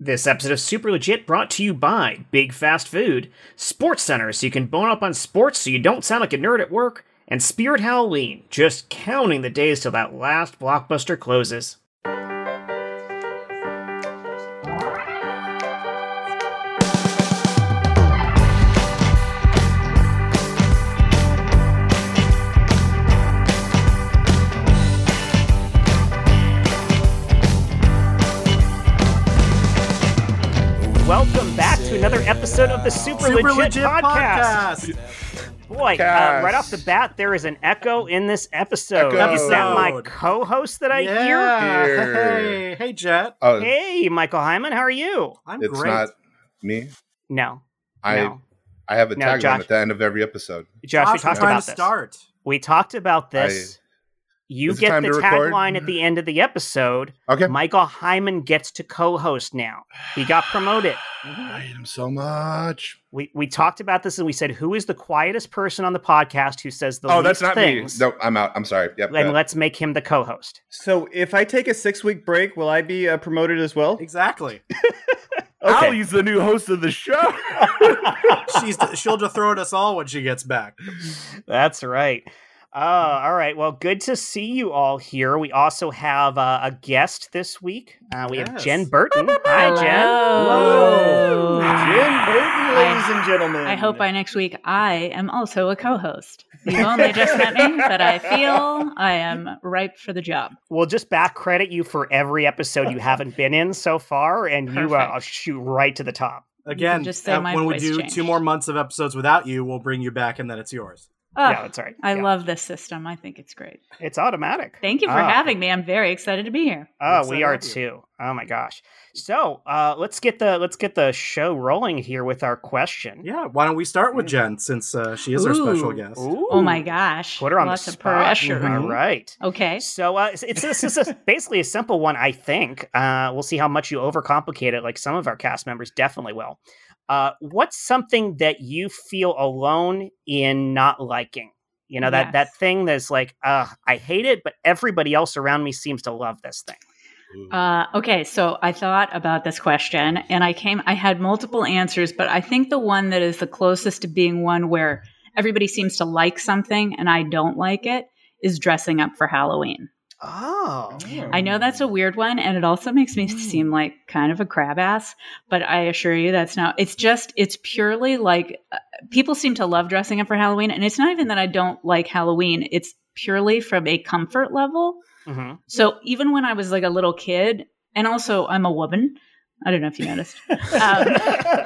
This episode of Super Legit brought to you by Big Fast Food, Sports Center, so you can bone up on sports so you don't sound like a nerd at work, and Spirit Halloween, just counting the days till that last blockbuster closes. Welcome back to another episode of the Super, Super Legit, podcast. podcast. Boy, uh, Podcast. right off the bat, there is an echo in this episode. Echo. Is that my Episode. co-host that I hear? yeah. Here. Hey, hey, Jet. Oh, Hey, Michael Hyman, how are you? I'm it's great. not me. No, I no. I have a No, tagline Josh. at the end of every episode. Josh, we Josh was talked trying about to this. start. We talked about this. you Is it get time the to record? tagline at the end of the episode. Okay. Michael Hyman gets to co-host now. He got promoted. I hate him so much. We we talked about this and we said who is the quietest person on the podcast who says the oh, least that's not things, me. No, I'm out. I'm sorry. Yep. and uh, let's make him the co-host. So if I take a six week break, will I be uh, promoted as well? Exactly. Okay. Allie's the new host of the show. She's she'll throw at us all when she gets back. That's right. Oh, all right. Well, good to see you all here. We also have uh, a guest this week. Uh, we have Yes. Jen Burton. Hi, Jen. Hello. Jim Burton, ladies and gentlemen. I hope by next week I am also a co-host. You've only just met me, but I feel I am ripe for the job. We'll just back credit you for every episode you haven't been in so far, and you uh, Perfect. shoot right to the top. Again, just say uh, my when we voice do changed. two more months of episodes without you, we'll bring you back, and then it's yours. Oh, yeah, that's right. I Yeah. love this system. I think it's great. It's automatic. Thank you for Ah. having me. I'm very excited to be here. Oh, Yes, we I are love you. too. Oh my gosh. So uh, let's get the let's get the show rolling here with our question. Yeah. Why don't we start with Jen since uh, she is our special Ooh. guest? Oh my gosh. Put her on Lots the of spot. pressure. All right. Okay. So uh, it's, it's this is a, basically a simple one, I think. Uh, we'll see how much you overcomplicate it, like some of our cast members definitely will. Uh, what's something that you feel alone in not liking? You know that that Yes. thing that's like, uh, I hate it, but everybody else around me seems to love this thing. ooh. Uh, okay, so I thought about this question and I came, I had multiple answers, but I think the one that is the closest to being one where everybody seems to like something and I don't like it is dressing up for Halloween. Oh, I know that's a weird one and it also makes me seem like kind of a crab ass, but I assure you that's not, it's just, it's purely like uh, people seem to love dressing up for Halloween and it's not even that I don't like Halloween, it's purely from a comfort level. Mhm. So even when I was like a little kid, and also I'm a woman. I don't know if you noticed. Um,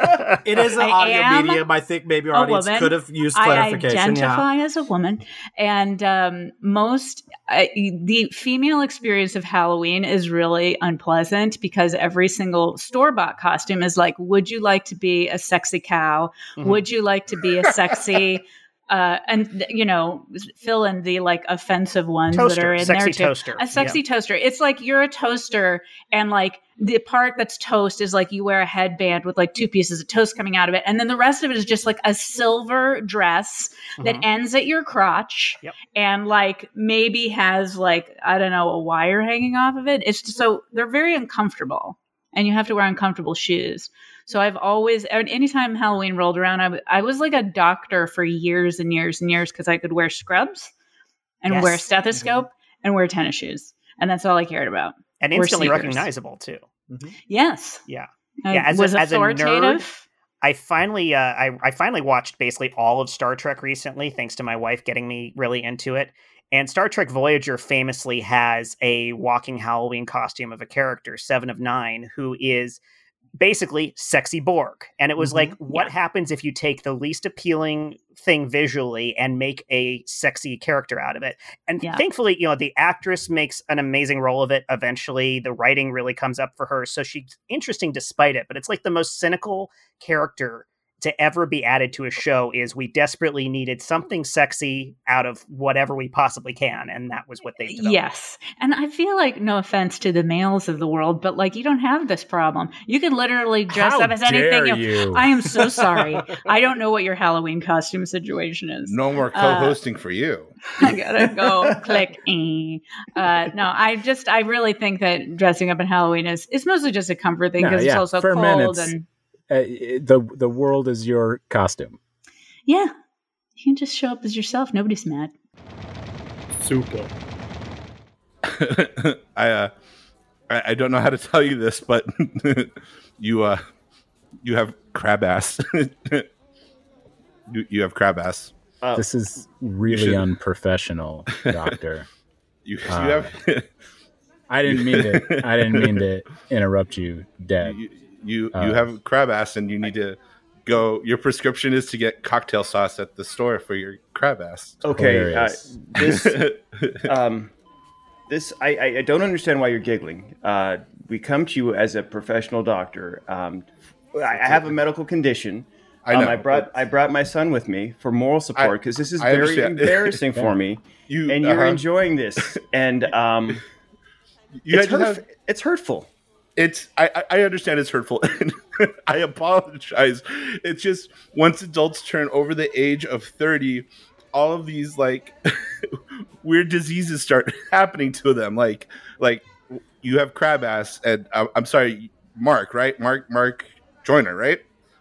It is an I audio am medium. I think maybe our a audience woman. could have used I clarification. Yeah. Um, identify as a woman, and um, most I, the female experience of Halloween is really unpleasant because every single store bought costume is like, "Would you like to be a sexy cow? Mhm. Mm-hmm. Would you like to be a sexy?" Uh, and you know, fill in the like offensive ones that are toaster, in sexy there too. toaster, A sexy Yeah. toaster. It's like you're a toaster, and like the part that's toast is like you wear a headband with like two pieces of toast coming out of it, and then the rest of it is just like a silver dress that Mhm. ends at your crotch, Yep. and like maybe has like I don't know a wire hanging off of it. It's just, so they're very uncomfortable, and you have to wear uncomfortable shoes. So I've always, and anytime Halloween rolled around, I w- I was like a doctor for years and years and years because I could wear scrubs and wear a Yes. Mm-hmm. stethoscope and wear tennis shoes. And that's all I cared about. and Or instantly sneakers. recognizable too. Mm-hmm. Yes. Yeah. I Yeah, as a- Uh, was as a nerd- authoritative. I finally, uh, I, I finally watched basically all of Star Trek recently, thanks to my wife getting me really into it. And Star Trek Voyager famously has a walking Halloween costume of a character, Seven of Nine, who is basically sexy Borg. And it was like, what happens if you take the least appealing thing visually and make a sexy character out of it? And Yeah. thankfully, you know, the actress makes an amazing role of it. Eventually, the writing really comes up for her. So she's interesting despite it, but it's like the most cynical character to ever be added to a show is we desperately needed something sexy out of whatever we possibly can and that was what they developed. Yes. And I feel like no offense to the males of the world, but like you don't have this problem. You can literally dress How up as anything. dare you- you? I am so sorry. I don't know what your Halloween costume situation is. No more Uh, co-hosting for you. I gotta go click. eh. Uh, no, I just I really think that dressing up in Halloween is it's mostly just a comfort thing No, because yeah, it's also for cold men it's- and Uh, the the world is your costume. yeah, you can just show up as yourself. Nobody's mad. Super. I, uh, I I don't know how to tell you this, but you uh you have crab ass. you you have crab ass. Oh. This is really should- unprofessional, Doctor. You, Ah. you have I didn't mean to. I didn't mean to interrupt you, Dad. you you, Uh, you have crab ass, and you need to go. Your prescription is to get cocktail sauce at the store for your crab ass. Okay, uh, Hilarious. this um, this I, I, I don't understand why you're giggling. Uh, we come to you as a professional doctor. Um, I, I have a medical condition. I Um, know. I brought I brought my son with me for moral support because this is I very understand. embarrassing for me, you and you're uh-huh. enjoying this, and um, You it's, had to hurtf- have- it's hurtful. it's I, I- I understand it's hurtful and i apologize it's just once adults turn over the age of 30 all of these like weird diseases start happening to them like like you have crab ass and I, i'm sorry mark right mark mark joiner right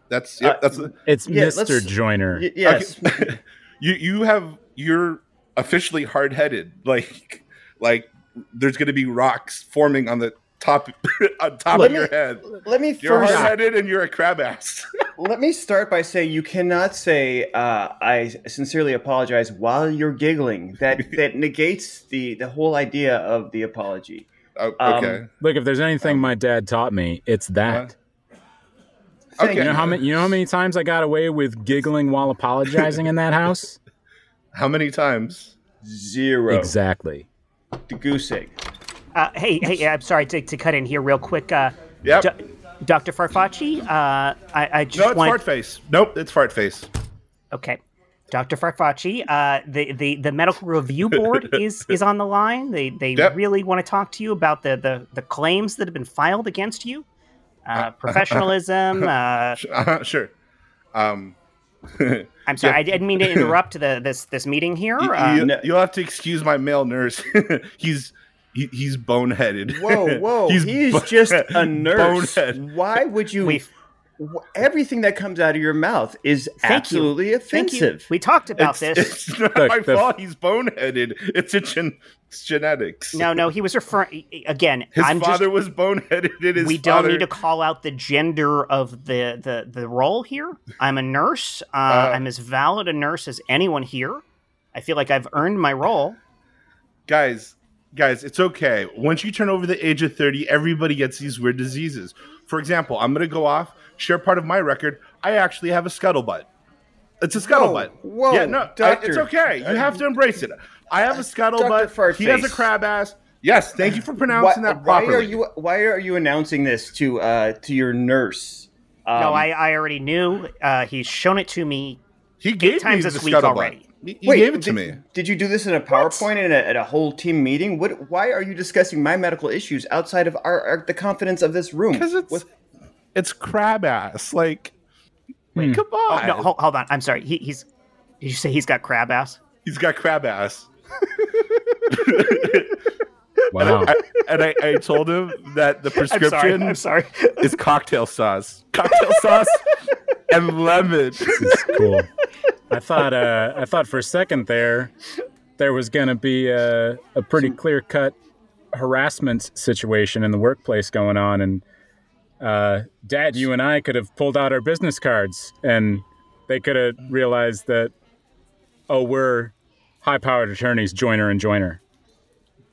that's yep, Uh, that's It's yeah, Mr. let's- Joyner. Y- yes, Okay. you you have you're officially hard headed. Like like there's gonna be rocks forming on the top on top Let of me- your head. let me You're first hard headed and you're a crab ass. let me start by saying you cannot say uh, I sincerely apologize while you're giggling. That that negates the the whole idea of the apology. Oh, Um, okay. Um, Look, if there's anything my dad taught me, it's that. Thank Okay. you know you. how many? You know how many times I got away with giggling while apologizing in that house? How many times? Zero. exactly. The goose egg. Uh, hey, hey, I'm sorry to, to cut in here real quick. Uh, Yep. Do- Dr. Farfacci, uh, I, I no, just it's want. fart face. Nope, it's fart face. Okay. Dr. Farfacci, uh, the, the, the medical review board is, is on the line. They, they Yep. really want to talk to you about the, the, the claims that have been filed against you. Uh, professionalism. Uh, Sh- uh-huh, sure. Um, I'm sorry, Yeah. I didn't mean to interrupt the, this this meeting here. you, Uh, no. will have to excuse my male nurse. he's he, he's boneheaded. Whoa, whoa! He's He's bo- just a nurse. bonehead. Why would you? we wh- everything that comes out of your mouth is Thank you. absolutely thank you. offensive. We talked it's, about this. it's not Look, my the- fault. He's boneheaded. It's a gen- it's genetics. No, no, he was referring again. his I'm just father was boneheaded. In his we father- don't need to call out the gender of the the, the role here. I'm a nurse. Uh, Uh, I'm as valid a nurse as anyone here. I feel like I've earned my role. guys. Guys, it's okay. Once you turn over the age of thirty, everybody gets these weird diseases. For example, I'm going to go off share part of my record. I actually have a scuttlebutt. It's a scuttlebutt. whoa, yeah, no, I- doctor. Uh, it's okay. You have to embrace it. I have a Dr. scuttlebutt. He has a Fartface. crab ass. Yes, thank you for why, pronouncing that why properly. are you? Why are you announcing this to uh, to your nurse? Um, no, I, I already knew. Uh, he's shown it to me. He gave times me this the week scuttlebutt. already. He, he Wait, gave it to did, me. Did you do this in a PowerPoint and a, at a whole team meeting? What? Why are you discussing my medical issues outside of our, our the confidence of this room? Because it's What- it's crab ass. Like, Hmm. Mm. come Oh, on. no, hold, hold on. I'm sorry. He, he's. Did you say he's got crab ass? He's got crab ass. Wow. And I, I told him that the I'm sorry. prescription I'm sorry. is cocktail sauce, cocktail sauce, and lemon. This is cool. I thought uh, I thought for a second there there was going to be a, a pretty clear cut harassment situation in the workplace going on, and uh, Dad, you and I could have pulled out our business cards, and they could have realized that oh, we're high powered attorneys, Joiner and Joiner.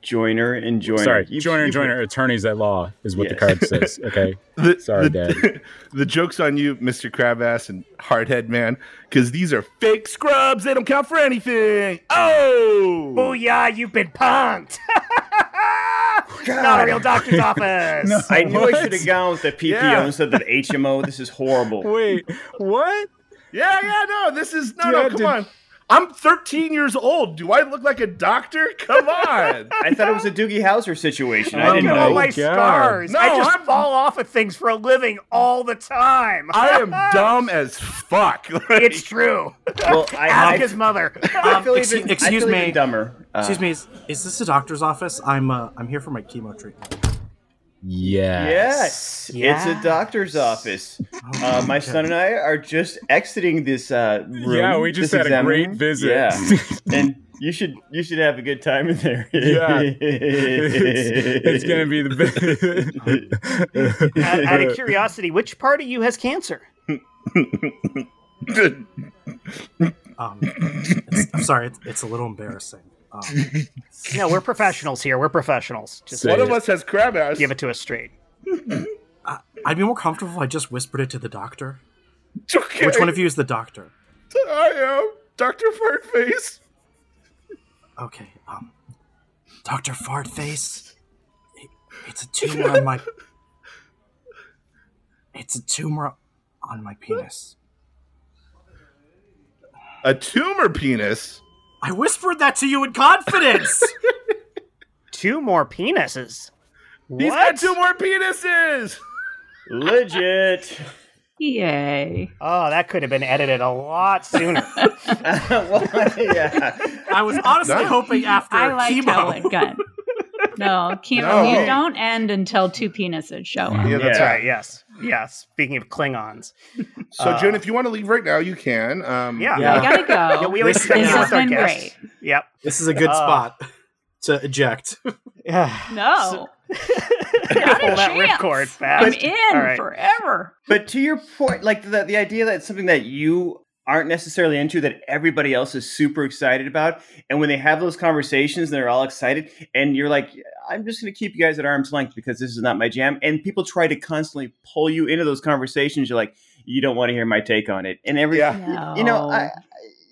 Joiner and Joiner. Sorry, You've- Joiner and you've- Joiner attorneys at law is what the Yes. card says. Okay, The, Sorry, the, The joke's on you, Mr. Crabass and Hardhead Man, because these are fake scrubs. They don't count for anything. Oh, yeah, you've been punked. Not a real doctor's office. No. I knew What? I should have gone with the PPO Yeah. instead of the HMO. This is horrible. wait, what? Yeah, yeah, no, this is no, Dude, I no. Come did- on, I'm 13 years old. Do I look like a doctor? Come on. I thought it was a Doogie Howser situation. I Look didn't at know. all Oh, my God. scars. I No, just I'm- fall off of things for a living all the time. I am dumb as fuck. Like, it's true. Well, I, Ask I, his mother. Um, I feel Excuse- even, excuse I feel me. even dumber. Uh, Excuse me, is, is this a doctor's office? I'm uh, I'm here for my chemo treatment. Yes. Yes, it's Yes. a doctor's office. Uh, my son and I are just exiting this uh, room. Yeah, we just this had a exam great room. visit. Yeah, and you should you should have a good time in there. Yeah. it's, it's gonna be the best. Uh, out, out of curiosity, which part of you has cancer? Um, it's- I'm sorry, it's, it's a little embarrassing. Um, No, we're professionals here. We're professionals. Just Say One it. of us has crab ass. give it to us straight. I, I'd be more comfortable if I just whispered it to the doctor. It's okay. Which one of you is the doctor? I am Doctor Fartface. Okay, uh, um, Doctor Fartface, it- it's a tumor on my. It's a tumor on my penis. A tumor penis. I whispered that to you in confidence. Two more penises. He's What? got two more penises. legit. Yay. oh, that could have been edited a lot sooner. Well, yeah. I was honestly That- hoping after I like chemo. how it got. No, chemo. No. You don't end until two penises show up. Yeah, That's Yeah. right. Yes. Yes. Speaking of Klingons. So, Uh, June, if you want to leave right now, you can. Um, Yeah. I Yeah. gotta go. Yeah, we always This- check this in has with our been guests. Yep. This is a good Uh, spot to eject. no, Gotta pull that chance. ripcord I'm fast. in All right. forever. But to your point, like the, the idea that it's something that you aren't necessarily into that everybody else is super excited about. And when they have those conversations and they're all excited, and you're like, I'm just going to keep you guys at arm's length because this is not my jam. And people try to constantly pull you into those conversations. You're like, you don't want to hear my take on it. And every, Yeah. No. you know, I.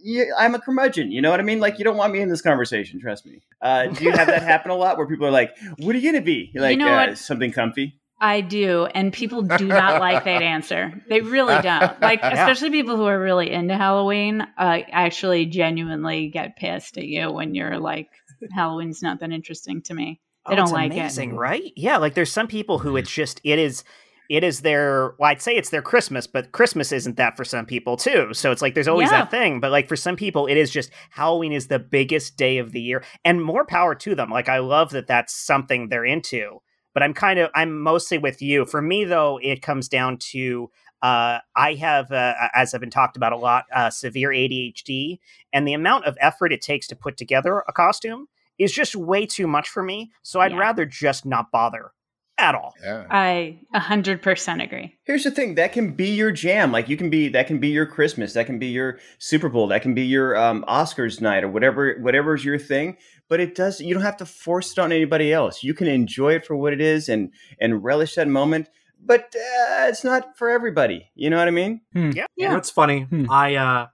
Yeah, I'm a curmudgeon. You know what I mean? Like, you don't want me in this conversation. Trust me. Uh, do you have that happen a lot, where people are like, "What are you gonna be? Like, know uh, what? something comfy?" I do, and people do not like that answer. They really don't. Like, Yeah. especially people who are really into Halloween, uh, actually genuinely get pissed at you when you're like, Halloween's not that interesting to me. They don't Oh, it's like it. amazing, right? Yeah, like there's some people who it's just it is it is their well, I'd say it's their Christmas, but Christmas isn't that for some people too. So it's like there's always Yeah. that thing, but like for some people it is just Halloween is the biggest day of the year and more power to them. Like I love that that's something they're into. But I'm kind of I'm mostly with you. For me though, it comes down to uh, I have, uh, as I've been talked about a lot, uh, severe ADHD, and the amount of effort it takes to put together a costume is just way too much for me. So I'd Yeah. rather just not bother at all. Yeah. I 100% agree. Here's the thing: that can be your jam. Like you can be that can be your Christmas, that can be your Super Bowl, that can be your um, Oscars night or whatever whatever's your thing. But it does you don't have to force it on anybody else. You can enjoy it for what it is and and relish that moment. But uh, it's not for everybody. You know what I mean? Hmm. You know, Yeah. it's funny. Hmm. I uh,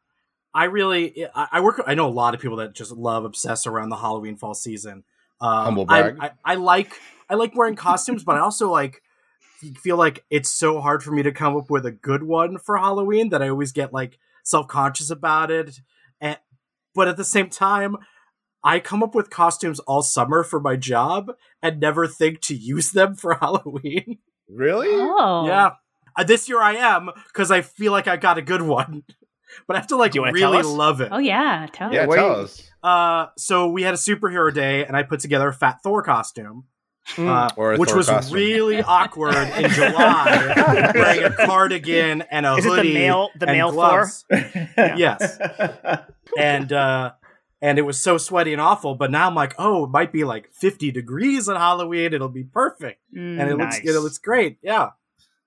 I really I, I work. I know a lot of people that just love obsess around the Halloween fall season. Um, Humble I- brag. I, I, like I like wearing costumes, but I also like feel like it's so hard for me to come up with a good one for Halloween that I always get like self conscious about it. And, but at the same time, I come up with costumes all summer for my job and never think to use them for Halloween. Really? Oh. Yeah. Uh, this year I am because I feel like I got a good one. But I have to like Do you wanna tell really us? love it. Oh, yeah. Tell Yeah, us. wait. tell us. Uh, so we had a superhero day, and I put together a Fat Thor costume, Mm. uh, Or a which Thor was costume. really awkward in July, wearing a cardigan and a Is it the hoodie. male the and male floor? gloves. Yes, and uh, and it was so sweaty and awful. But now I'm like, oh, it might be like 50 degrees on Halloween. It'll be perfect, Mm. and it Nice. looks it looks great. Yeah,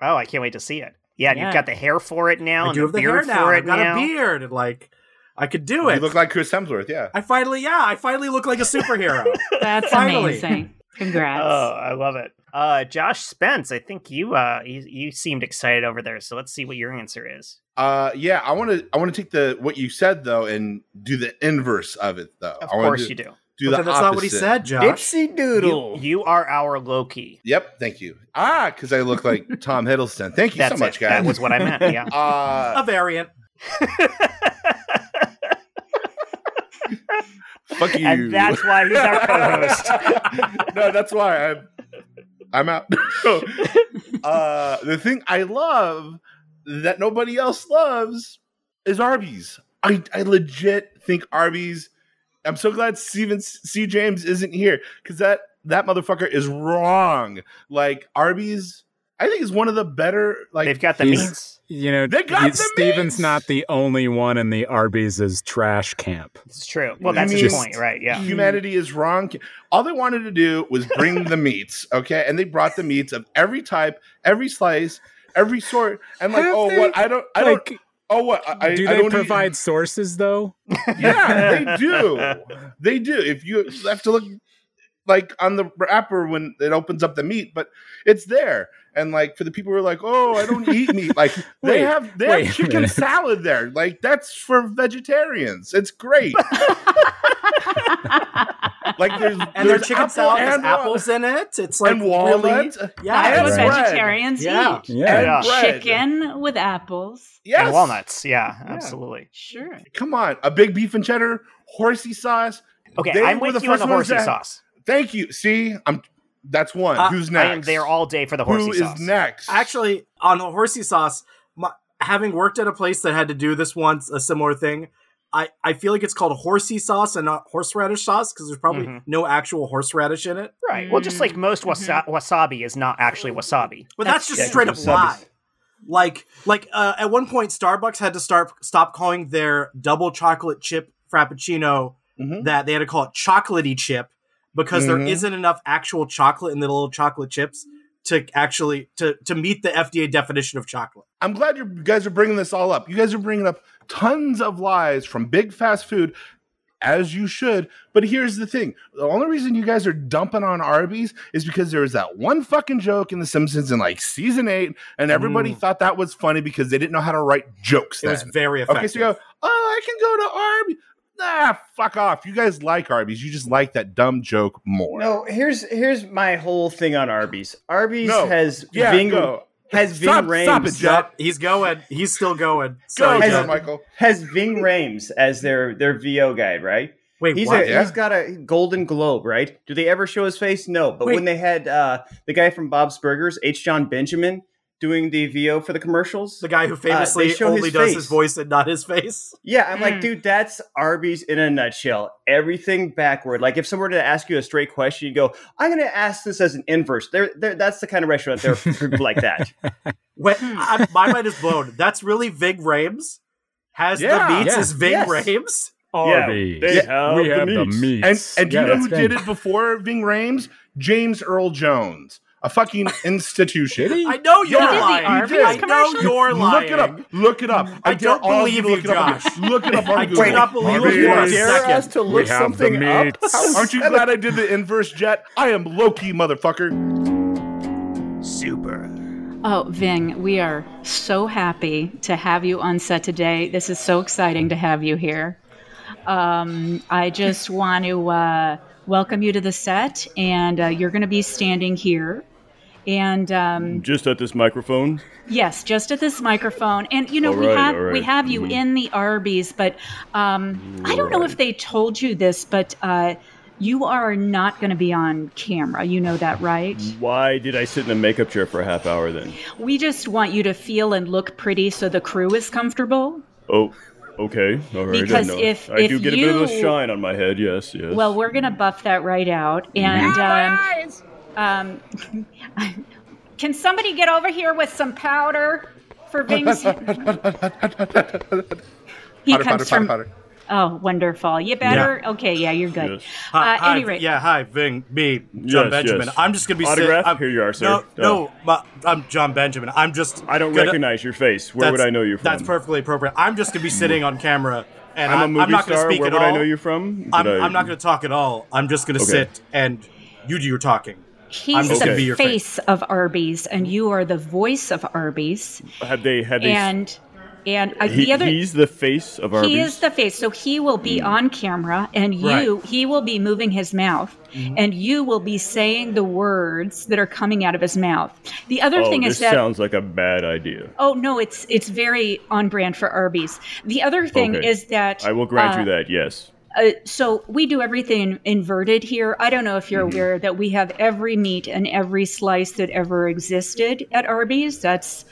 Oh, I can't wait to see it. Yeah, and Yeah. you've got the hair for it now, I and do the, have the hair beard now. for I've it got now. a beard, and like I could do You it. look like Chris Hemsworth. Yeah. I finally, yeah, I finally look like a superhero. That's Finally. amazing. Congrats. Oh, I love it. Uh, Josh Spence, I think you uh you, you seemed excited over there, so let's see what your answer is. Uh, yeah. I want to. I want to take the what you said though and do the inverse of it though. Of I wanna course do, you do. Do But the that's not what he opposite. said, Josh. Dipsy You, Doodle. you are our Loki. Yep. Thank you. Ah, because I look like Tom Hiddleston. Thank you so That's much, it. guys. That was what I meant. Yeah. uh, A variant. Fuck you. and that's why he's our co-host. no, that's why I'm I'm out. No. uh, the thing I love that nobody else loves is Arby's. I, I legit think Arby's. I'm so glad Steven C. James isn't here because that that motherfucker is wrong. Like Arby's, I think is one of the better. Like They've got the He's- meats. You know, They got you- the Steven's meats! not the only one in the Arby's is trash camp. It's true. Well, I that's mean- his point, right? Yeah. Humanity is wrong. All they wanted to do was bring the meats, okay? And they brought the meats of every type, every slice, every sort. And like, Have oh, they- what? I don't, I like, don't. Oh, what? I, do I they don't eat- provide sources though? yeah, they do. They do. If you you have to look like on the wrapper when it opens up the meat, but it's there. And like for the people who are like, oh, I don't eat meat. Like Wait, they have they wait a have chicken minute. salad there. Like that's for vegetarians. It's great. Like there's And their chicken apple salad has and uh, wa- apples in it. It's like and walnut. really, yeah, That's what Right. vegetarians Yeah. eat. Yeah. Yeah. bread. Chicken with apples. Yes. And walnuts. Yeah, absolutely. Sure. Come on, a big beef and cheddar, horsey sauce. Okay, They I'm were with the you on first the ones horsey that- sauce. Thank you. See, I'm. That's one. Uh, Who's next? I am there all day for the horsey Who is sauce. next? Actually, on the horsey sauce, my, having worked at a place that had to do this once, a similar thing, I, I feel like it's called horsey sauce and not horseradish sauce because there's probably Mhm. no actual horseradish in it. Mm-hmm. Right. Well, Mm. just like most wasa- wasabi is not actually wasabi. But that's, just yeah, straight up wasabi's- lie. Like like uh, at one point, Starbucks had to start stop calling their double chocolate chip frappuccino Mm-hmm. Mhm. that they had to call it chocolatey chip because there Mhm. isn't enough actual chocolate in the little chocolate chips to actually to to meet the FDA definition of chocolate. I'm glad you guys are bringing this all up. You guys are bringing up tons of lies from big fast food, as you should. But here's the thing: the only reason you guys are dumping on Arby's is because there was that one fucking joke in The Simpsons in like season eight, and everybody Mm. thought that was funny because they didn't know how to write jokes. It then. was very effective. okay, so you go, oh, I can go to Arby's. Nah, fuck off. You guys like Arby's. You just like that dumb joke more. No, here's here's my whole thing on Arby's. Arby's No. has yeah, Ving go. has Ving Stop- Rhames stop it, Jeff. Yep, he's going. He's still going. Go, Sorry, Sorry, Joe Jeff. Jen. Michael. has Ving Rhames as their their VO guy, right? Wait, He's what? a, Yeah. he's got a Golden Globe, right? Do they ever show his face? No, but Wait. when they had uh, the guy from Bob's Burgers, H. John Benjamin, doing the VO for the commercials, uh, the guy who famously show his only does his face. voice Hmm. and not his face. Yeah, I'm like, Mm. dude, that's Arby's in a nutshell. Everything backward. Like, if someone were to ask you a straight question, you go, "I'm going to ask this as an inverse." They're, they're, that's the kind of restaurant they're for people like that. Wait, Hmm. I, my mind is blown. That's really Ving Rames. Has Yeah. the meats Yeah. is Ving Yes. Rames? Arby's. they have we the have the meats. And, meats. and do Yeah, you know that's who been- did it before Ving Rames? James Earl Jones, a fucking institution. I know you're Yeah. He did the lying. Arby's I know commercial? you're lying. Look it up. Look it up. I, I dare don't all of believe look you, it up on Josh. Google. Look it up on I Google. do not believe Arby's. you for a Dare second. to look have the something up? meats. How is Aren't you that glad I did the inverse jet? I am Loki, motherfucker. Oh, Ving, we are so happy to have you on set today. This is so exciting to have you here. Um, I just want to uh, welcome you to the set, and uh, you're going to be standing here. And um, Just at this microphone. yes, just at this microphone. And you know, we Alright, have we alright. have you in the Arby's, but um, I don't know if they told you this, but uh, you are not going to be on camera. You know that, right? Why did I sit in a makeup chair for a half hour then? We just want you to feel and look pretty so the crew is comfortable. Oh, okay. All right. Because I, know. if- I if do get a bit of you- a shine on my head. Yes, yes. Mm-hmm. Well, we're gonna buff that right out, and um, um, can somebody get over here with some powder for Ving's? he Potter, potter, comes potter, from. potter. Oh, wonderful! You better. Okay, yeah, you're good. Yes. Hi, Uh, hi, anyway, yeah, hi, Ving, me, John Yes, Benjamin. yes. I'm just gonna be sit- Autograph? I'm- Here you are, sir. No, Oh. no, my, I'm John Benjamin. I'm just. I don't gonna- recognize your face. Where would that's- I know you from? That's perfectly appropriate. I'm just gonna be sitting on camera, and I'm a movie not star. gonna speak Where at would all. I know you from? Did I'm, I- I'm not going to talk at all. I'm just going to Okay. sit and you do your talking. I'm he's just gonna be the your face of Arby's, and you are the voice of Arby's. Have they? Have they? And And uh, He- the other he's the face of Arby's. Mm. he is the face, so he will be on camera, and you he will be moving his mouth, Mm-hmm. and you will be saying the words that are coming out of his mouth. The other oh, thing this is that sounds like a bad idea. oh no, it's it's very on brand for Arby's. The other thing Okay. is that I will grant uh, you that. Yes. uh, so we do everything inverted here. I don't know if Mm-hmm. you're aware that we have every meat and every slice that ever existed at Arby's. That's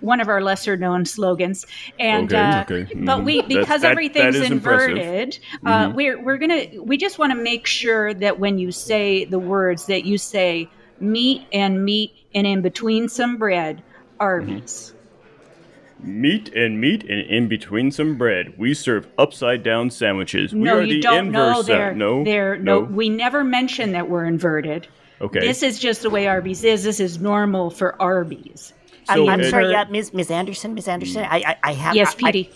one of our lesser known slogans. And Okay, uh, okay. but Mhm. we That's- because that- everything's that is impressive. Mm-hmm. inverted, uh, we're we're gonna we just want to make sure that when you say the words that you say meat and meat and in between some bread, Mm-hmm. Arby's. Meat and meat and in between some bread. We serve upside down sandwiches. we no, are you the don't know. inverse. They're, of- no, they're, no. no, we never mention that we're inverted. okay. This is just the way Arby's is. This is normal for Arby's. So, I'm uh, Hmm. sorry, yeah, Ms. Ms. Anderson, Ms. Anderson. I I, I have yes, I- I- Petey.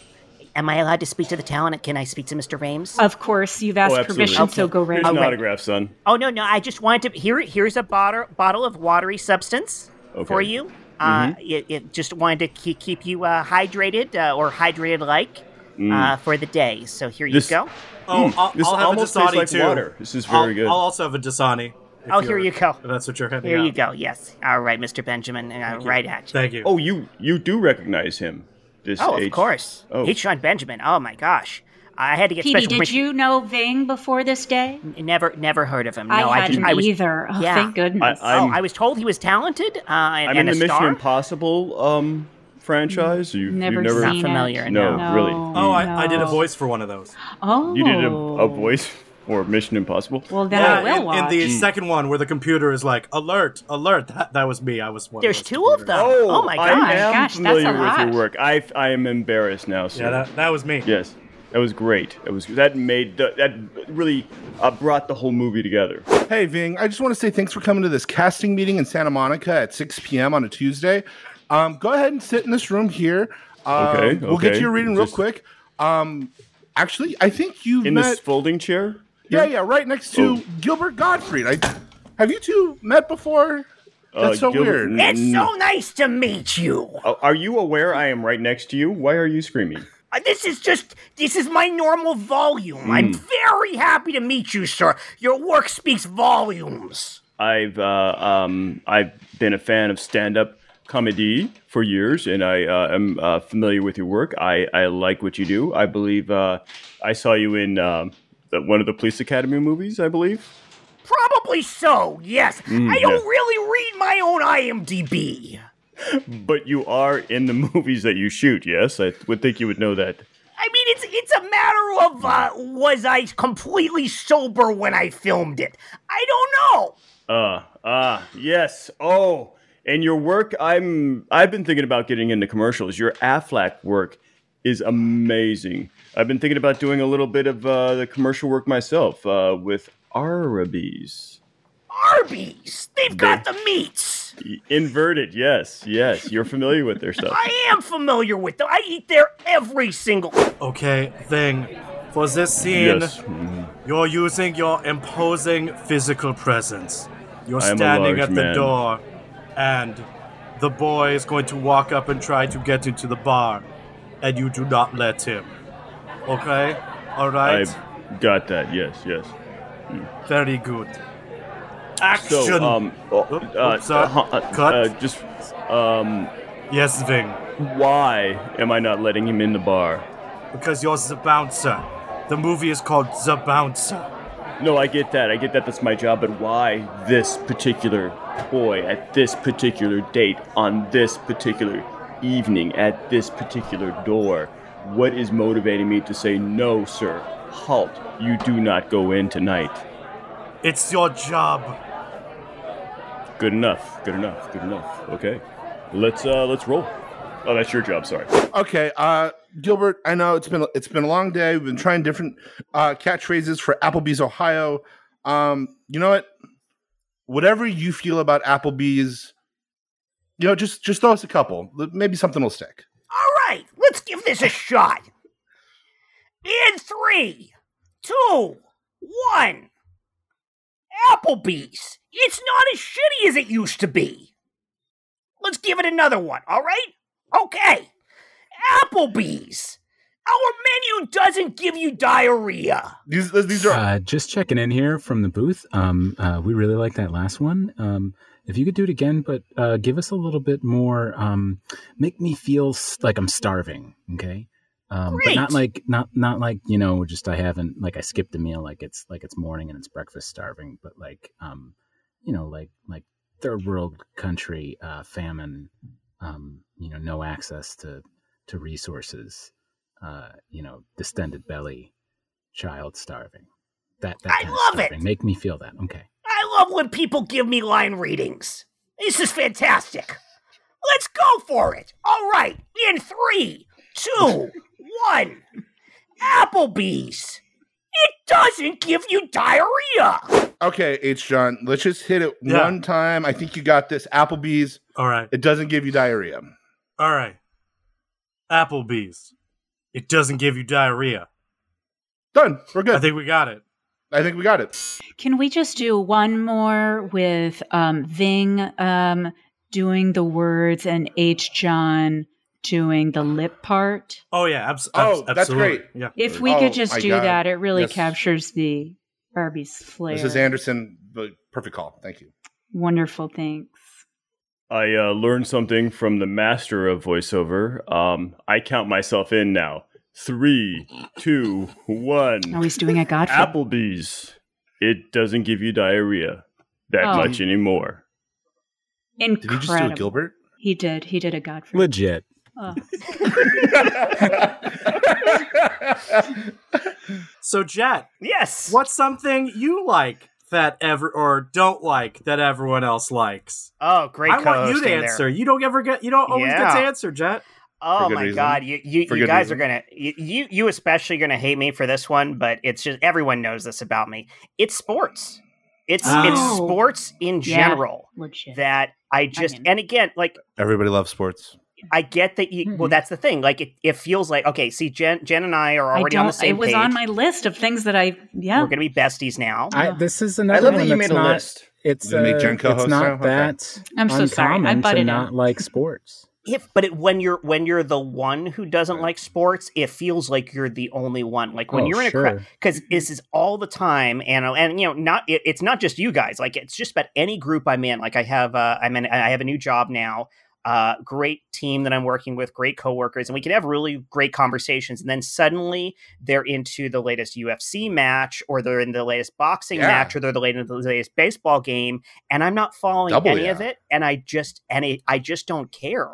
am I allowed to speak to the talent? Can I speak to Mr. Rames? of course, you've asked oh, absolutely. permission, so go right Here's an ahead. autograph, son. oh no, no. I just wanted to. Here, here's a bottle bottle of watery substance for Okay. Mm-hmm. you. Uh, it, it just wanted to keep, keep you uh, hydrated uh, or hydrated like uh, for the day. So here Mm. This- Hmm. you go. Oh, I'll, This I'll have almost a tastes Dasani like too. water. This is very I'll, good. I'll also have a Dasani. if Oh, here you're- you go. if that's what you're heading. Here out. you go. Yes. All right, Mr. Benjamin. Uh, right at you. Thank you. Oh, you you do recognize him. This Oh, of age. course. Oh. H. Sean Benjamin. Oh my gosh. I had to get Petey, special did permission. you know Ving before this day? Never, never heard of him. No, I I, hadn't didn't. I was. either. Oh, yeah. thank goodness. I- I'm- oh, I was told he was talented uh, and, I'm and in the a Mission star. Impossible um franchise. You never, you never seen Not familiar, it. no, really. Oh, I, I did a No. voice for one of those. Oh, you did a, a voice for Mission Impossible. Well, then I will and, watch. and the Mm. second one where the computer is like, "Alert, alert!" That, that was me. I was one. There's of those two of computers. them. Oh, Oh, my I gosh. am gosh, that's familiar a with lot. your work. I I am embarrassed now. Sir. Yeah, that, that was me. yes, that was great. That was that made the, that really uh, brought the whole movie together. Hey, Ving, I just want to say thanks for coming to this casting meeting in Santa Monica at 6 p.m. on a Tuesday. Um, go ahead and sit in this room here. Um, Okay, We'll get okay. to your reading real Just- quick. Um, actually, I think you've In met. this folding chair. yeah, yeah, right next to Oh. Gilbert Gottfried. I, have you two met before? That's so Uh, Gilbert- weird. n- It's n- so nice to meet you. Uh, Are you aware I am right next to you? Why are you screaming? Uh, This is just this is my normal volume. I'm very happy to meet you, sir. Your work speaks volumes. I've uh, um, I've been a fan of stand-up comedy for years, and I uh, am uh, familiar with your work. I, I like what you do. I believe uh, I saw you in um the, one of the Police Academy movies. I believe. Probably so. Yes. I don't yeah. really read my own IMDb. But you are in the movies that you shoot. Yes, I would think you would know that. I mean, it's it's a matter of uh, was I completely sober when I filmed it? I don't know. Uh ah yes. Oh, and your work. I'm. I've been thinking about getting into commercials. Your Aflac work is amazing. I've been thinking about doing a little bit of uh, the commercial work myself uh, with Arby's. Arby's, they've got the meats. Inverted. Yes, yes. You're familiar with their stuff. I am familiar with them. I eat there every single. Okay, thing. For this scene, Yes. mhm. you're using your imposing physical presence. You're I am a standing large at the man. door, and the boy is going to walk up and try to get into the bar, and you do not let him. Okay? Alright? I've got that. Yes, yes. Very good. Action! So, um, oh, Oop, uh, oops, sorry. uh, huh, uh, Cut. uh, just, um, yes, Ving. why am I not letting him in the bar? Because you're the bouncer. The movie is called The Bouncer. No, I get that. I get that that's my job, but why this particular boy at this particular date on this particular evening at this particular door? What is motivating me to say no, sir? Halt. You do not go in tonight. It's your job. Good enough. Good enough. Good enough. Okay. Let's uh let's roll. Oh, that's your job, sorry. Okay, uh, Gilbert, I know it's been it's been a long day. We've been trying different uh, catchphrases for Applebee's Ohio. Um, you know what? Whatever you feel about Applebee's, you know, just just throw us a couple. Maybe something will stick. All right, let's give this a shot. In three, two, one. Applebee's. It's not as shitty as it used to be. Let's give it another one, all right? Okay. Applebee's. Our menu doesn't give you diarrhea. These these are Uh, just checking in here from the booth. Um, uh, we really like that last one. Um, if you could do it again, but uh, give us a little bit more. Um, make me feel s- like I'm starving. Okay. Um, But not Great. like not not like you know just I haven't like I skipped a meal like it's like it's morning and it's breakfast starving, but like um, you know like like third world country uh, famine, um, you know no access to to resources, uh, you know distended belly, child starving. That, that I kind of love it. starving. Make me feel that. Okay. I love when people give me line readings. This is fantastic. Let's go for it. All right, in three, two, one. Applebee's. It doesn't give you diarrhea. okay. H John, let's just hit it Yeah. one time. I think you got this. Applebee's. All right. It doesn't give you diarrhea. All right. Applebee's. It doesn't give you diarrhea. Done. We're good. I think we got it. I think we got it. Can we just do one more with um, Ving um, doing the words and H. John doing the lip part? Oh yeah, abs- Oh, abs- that's absolutely. great. Yeah. If we Oh, could just my do God. that, it really Yes. captures the Barbie's flair. This is Anderson. The perfect call. Thank you. Wonderful, thanks. I uh, learned something from the master of voiceover. Um, I count myself in now. Three, two, one. Oh, he's doing a Godfrey. Applebee's. It doesn't give you diarrhea that Oh. much anymore. Did you Incredible. just do a Gilbert? He did. He did a Godfrey. Legit. Oh. Oh. So Jet, Yes. what's something you like that ever or don't like that everyone else likes? Oh, great. I want you co-hosting to there. answer. You don't ever get. You don't always get to Yeah. answer, Jet. Oh good my reason. god, you you, For you good guys reason. are gonna you- you you especially gonna hate me for this one, but it's just everyone knows this about me. It's sports. It's Oh. it's sports in Yeah. general Legit. that I just Onion. and again like Everybody loves sports. I get that you well Mhm. that's the thing like it, it feels like okay see Jen Jen and I are I already on the don't. same It was page. on my list of things that I. Yeah. We're gonna be besties now. I, Yeah. this is I another love one that you that's made a not. list. It's Did it make uh, Jen co-host it's not now? Okay. that. I'm so sorry. I uncommon butted to in. not like sports. if but it, when you're when you're the one who doesn't like sports it feels like you're the only one like when Oh, you're in a crowd sure. because this is all the time and uh, and you know not it, it's not just you guys like it's just about any group i'm in like i have uh i'm in i have a new job now uh great team that i'm working with great coworkers and we can have really great conversations and then suddenly they're into the latest ufc match or they're in the latest boxing Yeah. match or they're the latest, the latest baseball game and i'm not following Double any yeah. of it and i just and it, i just don't care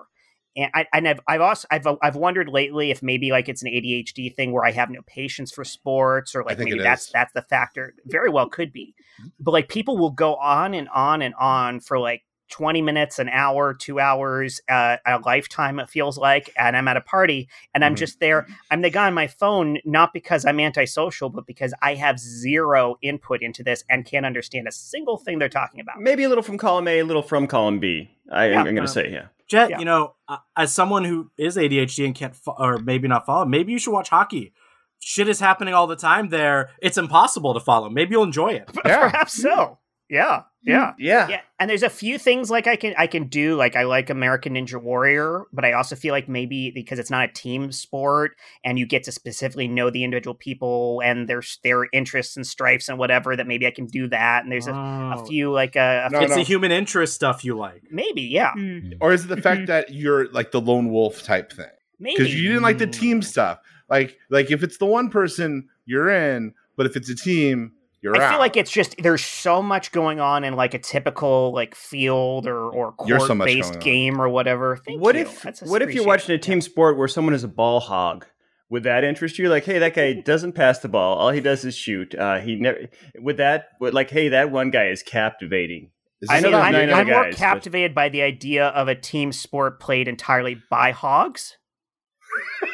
and I and I've I've also I've I've wondered lately if maybe like it's an ADHD thing where I have no patience for sports or like think maybe it that's is. Mm-hmm. that's the factor. Very well could be, but like people will go on and on and on for like. 20 minutes, an hour, two hours, uh, a lifetime, it feels like. And I'm at a party and I'm Mhm. just there. I'm the guy on my phone, not because I'm antisocial, but because I have zero input into this and can't understand a single thing they're talking about. Maybe a little from column A, a little from column B. I, Yeah. I'm going to Um, say, yeah. Jet, Yeah. you know, uh, as someone who is ADHD and can't, fo- or maybe not follow, maybe you should watch hockey. Shit is happening all the time there. It's impossible to follow. Maybe you'll enjoy it. Yeah. Perhaps so. Yeah. Yeah. Yeah. yeah and there's a few things like i can i can do like i like american ninja warrior but i also feel like maybe because it's not a team sport and you get to specifically know the individual people and their their interests and stripes and whatever that maybe i can do that and there's a, Oh. a few like uh, a No, few- it's the human interest stuff you like. maybe yeah Mm-hmm. Hmm. Or is it the fact that you're like the lone wolf type thing? maybe Because you didn't like the team Mm. stuff. Like like if it's the one person, you're in. But if it's a team, you're I out. feel like it's just there's so much going on in like a typical like field or or You're court so much based going on. game or whatever. Thank what you. if That's what if you're appreciated. watching a Yeah. team sport where someone is a ball hog? Would that interest you? Like, hey, that guy doesn't pass the ball. All he does is shoot. Uh, he never. Would that? Would like, hey, that one guy is captivating. Is I this mean, about I'm, nine I'm other more guys, but- captivated by the idea of a team sport played entirely by hogs.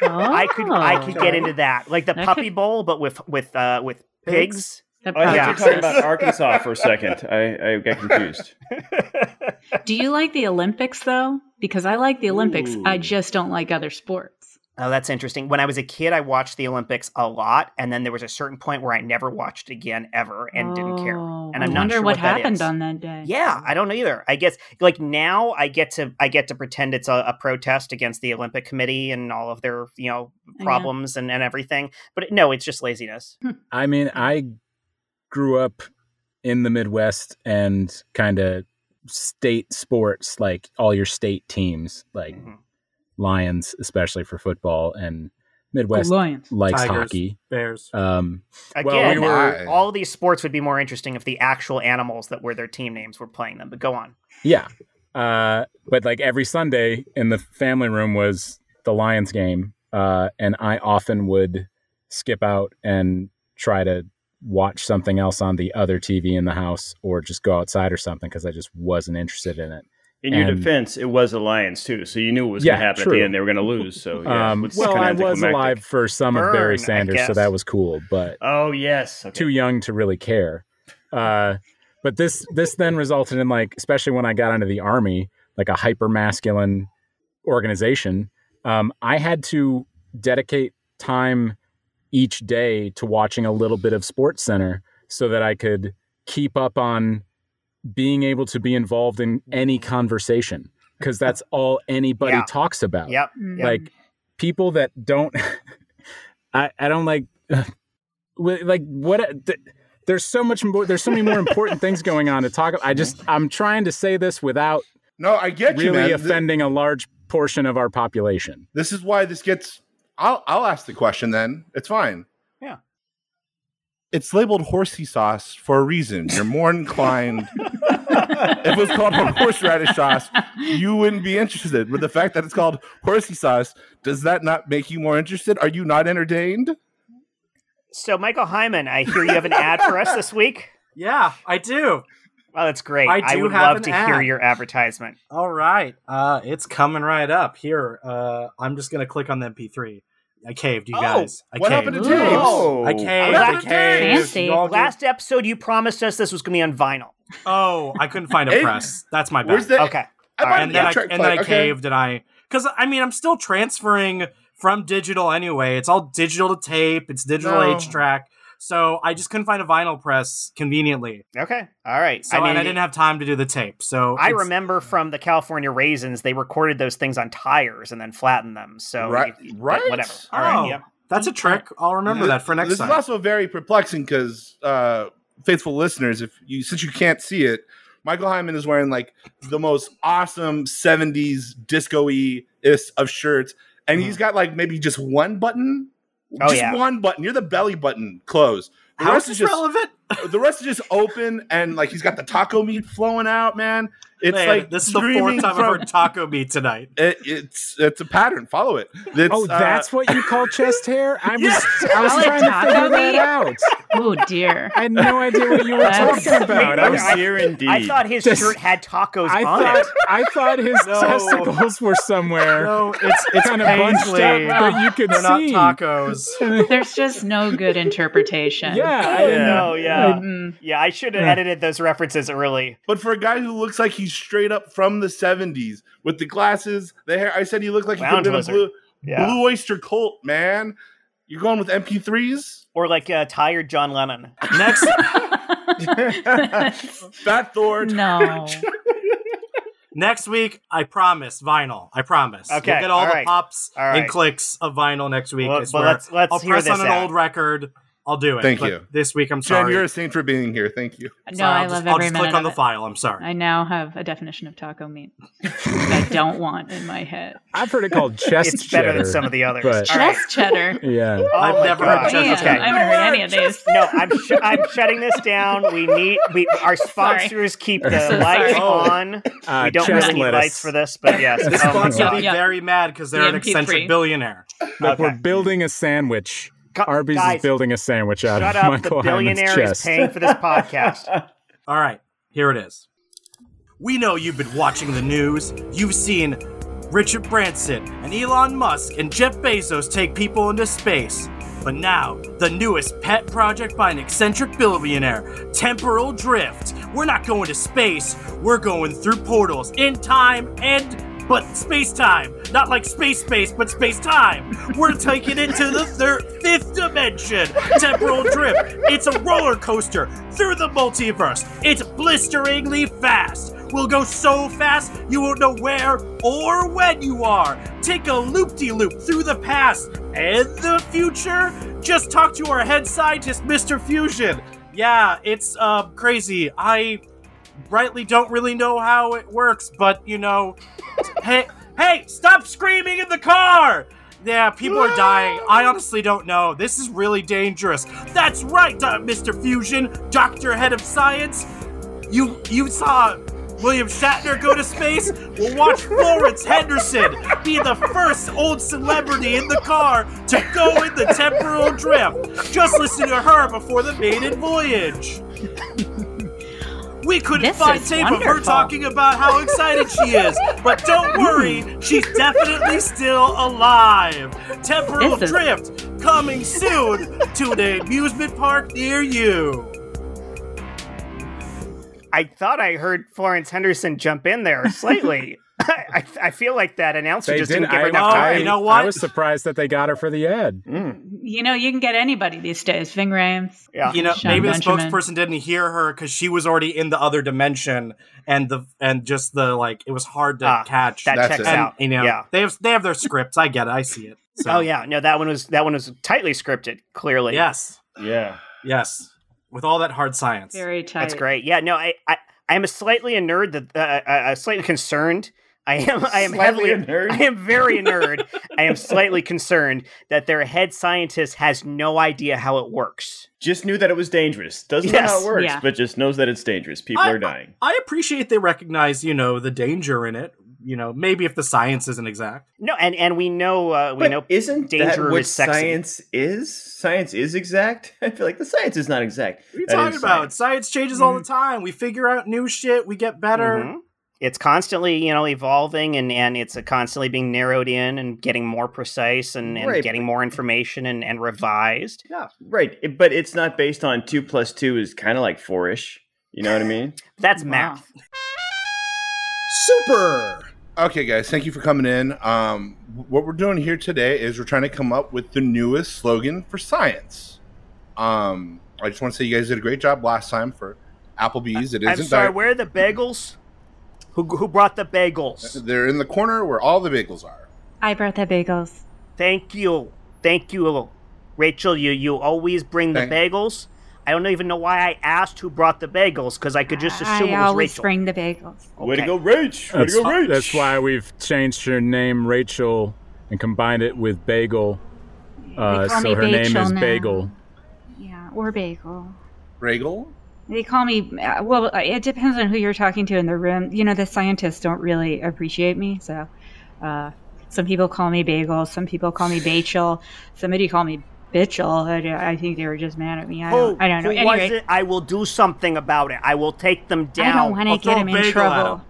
I could I could Oh. get into that, like the Okay. puppy bowl, but with with uh, with pigs. The Oh, I Yeah. thought you were talking about Arkansas for a second. I, I got confused. Do you like the Olympics though? Because I like the Olympics. I Ooh. just don't like other sports. Oh, that's interesting. When I was a kid, I watched the Olympics a lot, and then there was a certain point where I never watched again ever and didn't care. Oh, and I I'm not wonder sure what, what that happened is. on that day. Yeah, I don't know either. I guess like now I get to I get to pretend it's a, a protest against the Olympic Committee and all of their you know Yeah. Hmm. problems and, and everything. But no, it's just laziness. I mean, I grew up in the Midwest and kind of state sports, like all your state teams, like Mm-hmm. Mhm. Lions, especially for football, and The Midwest Lions. likes Tigers. hockey. Bears. Um, Well, we Again, were- all of these sports would be more interesting if the actual animals that were their team names were playing them. But go on. yeah, uh, but like every Sunday in the family room was the Lions game, uh, and I often would skip out and try to watch something else on the other TV in the house, or just go outside or something because I just wasn't interested in it. In your And- defense, it was the Lions too, so you knew what was Yeah, going to happen at true. the end. They were going to lose, so Oh, yeah, Um, it's well, kinda I was anticlimactic. alive for some of Burn, I Barry Sanders, so guess. that was cool, but Oh yes, okay. too young to really care. Uh, but this this then resulted in like, especially when I got into the army, like a hyper masculine organization. Um, I had to dedicate time each day to watching a little bit of Sports Center so that I could keep up on being able to be involved in any conversation because that's all anybody Yeah. talks about Yep. Mm. like people that don't i i don't like wi- like what th- there's so much more there's so many more important things going on to talk about i just i'm trying to say this without No, Oh, I get you, man. really Th- offending a large portion of our population This is why this gets. I'll I'll ask the question then. It's fine. Yeah. It's labeled horsey sauce for a reason. You're more inclined. if it was called horseradish sauce, you wouldn't be interested. But the fact that it's called horsey sauce, does that not make you more interested? Are you not entertained? So Michael Hyman, I hear you have an ad for us this week. Yeah, I do. Well, that's great. I I, do would have love an to hear ad. your advertisement. All right. Uh, it's coming right up here. Uh, I'm just gonna click on the MP3. I caved, you Oh, guys. I what caved. happened to Ooh. James? Oh. I caved. What I happened to caved. Fancy. You all did- Last episode, you promised us this was going to be on vinyl. Oh, I couldn't find Hey, a press. That's my bad. Where's the? Okay. I bought and an then I, eight-track and then I player. Okay. caved and I because I mean I'm still transferring from digital anyway. It's all digital to tape. It's digital No. H track. So I just couldn't find a vinyl press conveniently. Okay. All right. So I mean, and I didn't have time to do the tape. So I it's- remember from the California Raisins, they recorded those things on tires and then flattened them. So Right- you- but right? whatever. Oh, All right. Yep. that's a trick. I'll remember that for next this time. is also very perplexing because uh, faithful listeners, if you since you can't see it, Michael Hyman is wearing like the most awesome '70s disco-y of shirts, and Mm. he's got like maybe just one button, Oh, just yeah. one button near the belly button closed. The How is rest this is just relevant? the rest is just open, and like he's got the taco meat flowing out, man. It's Man, like this is the streaming fourth time I've from- heard taco meat tonight. It, it's it's a pattern. Follow it. It's, oh uh, that's what you call chest hair i was i was Like trying to taco figure that meat? out oh dear. i had no idea what you were That's- talking about i was I- Dear indeed. I thought his This- shirt had tacos I on thought it. I thought his No. testicles were somewhere, No, it's it's kind of bunched up, Paisley. that you could They're not see. tacos. There's just no good interpretation. Yeah, I Oh, didn't- no, yeah. Mm. Yeah, I should have Yeah. edited those references early. But for a guy who looks like he's straight up from the 70s with the glasses, the hair, I said he looked like he could Lounge have been a lizard. blue, Yeah. blue oyster cult, man. You're going with MP3s? Or like uh, tired John Lennon. Next Fat Thor. no. Next week, I promise vinyl. I promise. Okay, You'll get all, all the right. pops All right. and clicks of vinyl next week. Well, I but swear. let's- let's I'll hear press this on an out. old record. I'll do it. Thank but you. This week, I'm Jen, sorry. you're a saint for being here. Thank you. No, Sorry, I I'll love just, I'll every just minute click on of the it. file. I'm sorry. I now have a definition of taco meat that I don't want in my head. I've heard it called chest It's better than cheddar, some of the others. but- All right. Just cheddar. Yeah, Oh I've my never God. heard Chester Damn, Cheddar. Okay. I haven't heard any of these. No, I'm sh- I'm shutting this down. We need we our Sorry. sponsors keep the So lights sorry. on. uh, we don't chest really need lettuce. lights for this, but yes. This Oh my sponsor will God. be Yeah. very mad because they're The an MP3. eccentric billionaire. Look, Okay. we're building a sandwich. Co- Arby's guys, is building a sandwich out Shut of up. Michael the billionaire Hyman's is chest. paying for this podcast. All right, here it is. We know you've been watching the news. You've seen Richard Branson and Elon Musk and Jeff Bezos take people into space. But now, the newest pet project by an eccentric billionaire, Temporal Drift. We're not going to space, we're going through portals in time and but space time. Not like space space, but space time. We're taking it to the third, fifth dimension. Temporal drip. It's a roller coaster through the multiverse. It's blisteringly fast. We'll go so fast you won't know where or when you are. Take a loop de loop through the past and the future. Just talk to our head scientist, Mr. Fusion. Yeah, it's uh, crazy. I rightly don't really know how it works, but you know, hey, hey, stop screaming in the car! Yeah, people are dying. I honestly don't know. This is really dangerous. That's right, Do- Mr. uh, Fusion, Doctor Head of Science. You you saw William Shatner go to space? Well, watch Florence Henderson be the first old celebrity in the car to go in the temporal drift. Just listen to her before the maiden voyage. We couldn't This find is tape of her wonderful. talking about how excited she is, but don't worry, she's definitely still alive. Temporal This is- Drift coming soon to an amusement park near you. I thought I heard Florence Henderson jump in there slightly. I, I, I feel like that announcer They just did. didn't give her I, enough I, time. Oh, you know I what? was surprised that they got her for the ad. Mm. You know, you can get anybody these days. Ving Rhames. Yeah. You know, Sean maybe the Benjamin. spokesperson didn't hear her because she was already in the other dimension, and the and just the like it was hard to Ah, catch. that That's checks it. and, out. You know, yeah. they have they have their scripts. I get it. I see it. So, Oh yeah. No, that one was that one was tightly scripted. Clearly. Yes. Yeah. Yes. With all that hard science. Very tight. That's great. Yeah. No, I I I am a slightly a nerd that uh, uh, uh, slightly concerned. I am I am Slightly heavily a nerd? I am very a nerd. I am slightly concerned that their head scientist has no idea how it works. Just knew that it was dangerous. Doesn't know how Yes. it works, Yeah. but just knows that it's dangerous. People I- are dying. I appreciate they recognize, you know, the danger in it. You know, maybe if the science isn't exact. No, and and we know uh, we But know isn't danger that what is sexy. science is? Science is exact. I feel like the science is not exact. What are you That talking is about? science. Science changes all Mm-hmm. the time. We figure out new shit. We get better. Mhm. It's constantly, you know, evolving and, and it's uh constantly being narrowed in and getting more precise and, and Right. getting more information and, and revised. Right, it- but it's not based on two plus two is kind of like four-ish. You know what I mean? That's Wow. math. Super. Okay, guys, thank you for coming in. Um, what we're doing here today is we're trying to come up with the newest slogan for science. Um, I just want to say you guys did a great job last time for Applebee's. It I'm isn't sorry, di- where are the bagels? Who, who brought the bagels? Uh, they're in the corner where all the bagels are. I brought the bagels. Thank you. Thank you, Rachel. You, you always bring the Thank- bagels. I don't even know why I asked who brought the bagels because I could just assume I it was always Rachel. bring the bagels. Way to Okay. go, Rach! Way to That's, go, Rach! that's why we've changed her name, Rachel, and combined it with Bagel. Uh, They call so me her name Bagel is now. Bagel. Yeah, or bagel. Bagel? They call me, uh, well, uh, it depends on who you're talking to in the room. You know, the scientists don't really appreciate me. So uh, some people call me bagel. Some people call me Bachel. Somebody call me Bitchel. I, I think they were just mad at me. I Who, don't, I don't know. who was Anyway, it? I will do something about it. I will take them I down. don't want to I'll get throw him a in bagel at trouble. him.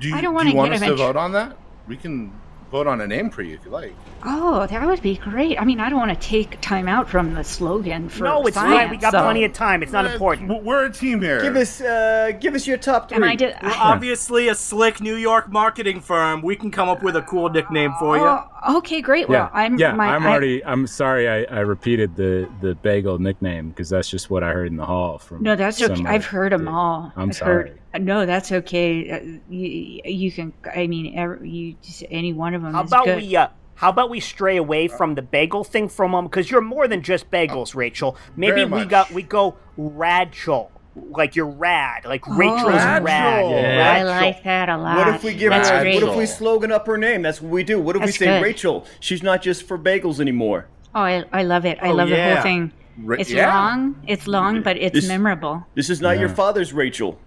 Do you, I don't do wanna you want get us him to in tr- vote on that? We can vote on a name for you if you like. Oh, that would be great. I mean, I don't want to take time out from the slogan for no, it's science, fine. We got so- plenty of time. It's not Uh, important. w- We're a team here. Give us, uh, give us your top three. And I did. We're obviously a slick New York marketing firm. We can come up with a cool nickname for you. Oh, okay, great. Well, Yeah, I'm yeah. my, I'm I- already. I'm sorry. I, I repeated the the Bagel nickname because that's just what I heard in the hall from. uh, No, that's okay. somebody. I've heard them all. I'm I've sorry. Heard, Uh, no, that's okay. Uh, You, you can. I mean, every, you just any one of them. How is about good. we uh how about we stray away Uh, from the bagel thing for a moment because you're more than just bagels, Rachel. Maybe very we much. got we go Rachel. Like you're rad. Like Rachel is Rachel. rad. Yeah. Oh. I like that a lot. What if we give That's her? great. What if we slogan up her name? That's what we do. What if That's we say good. Rachel? She's not just for bagels anymore. Oh, I, I love it. I Oh, love the yeah. whole thing. Ra- It's yeah. long. It's long, but it's This- memorable. This is not your Yeah. father's Rachel.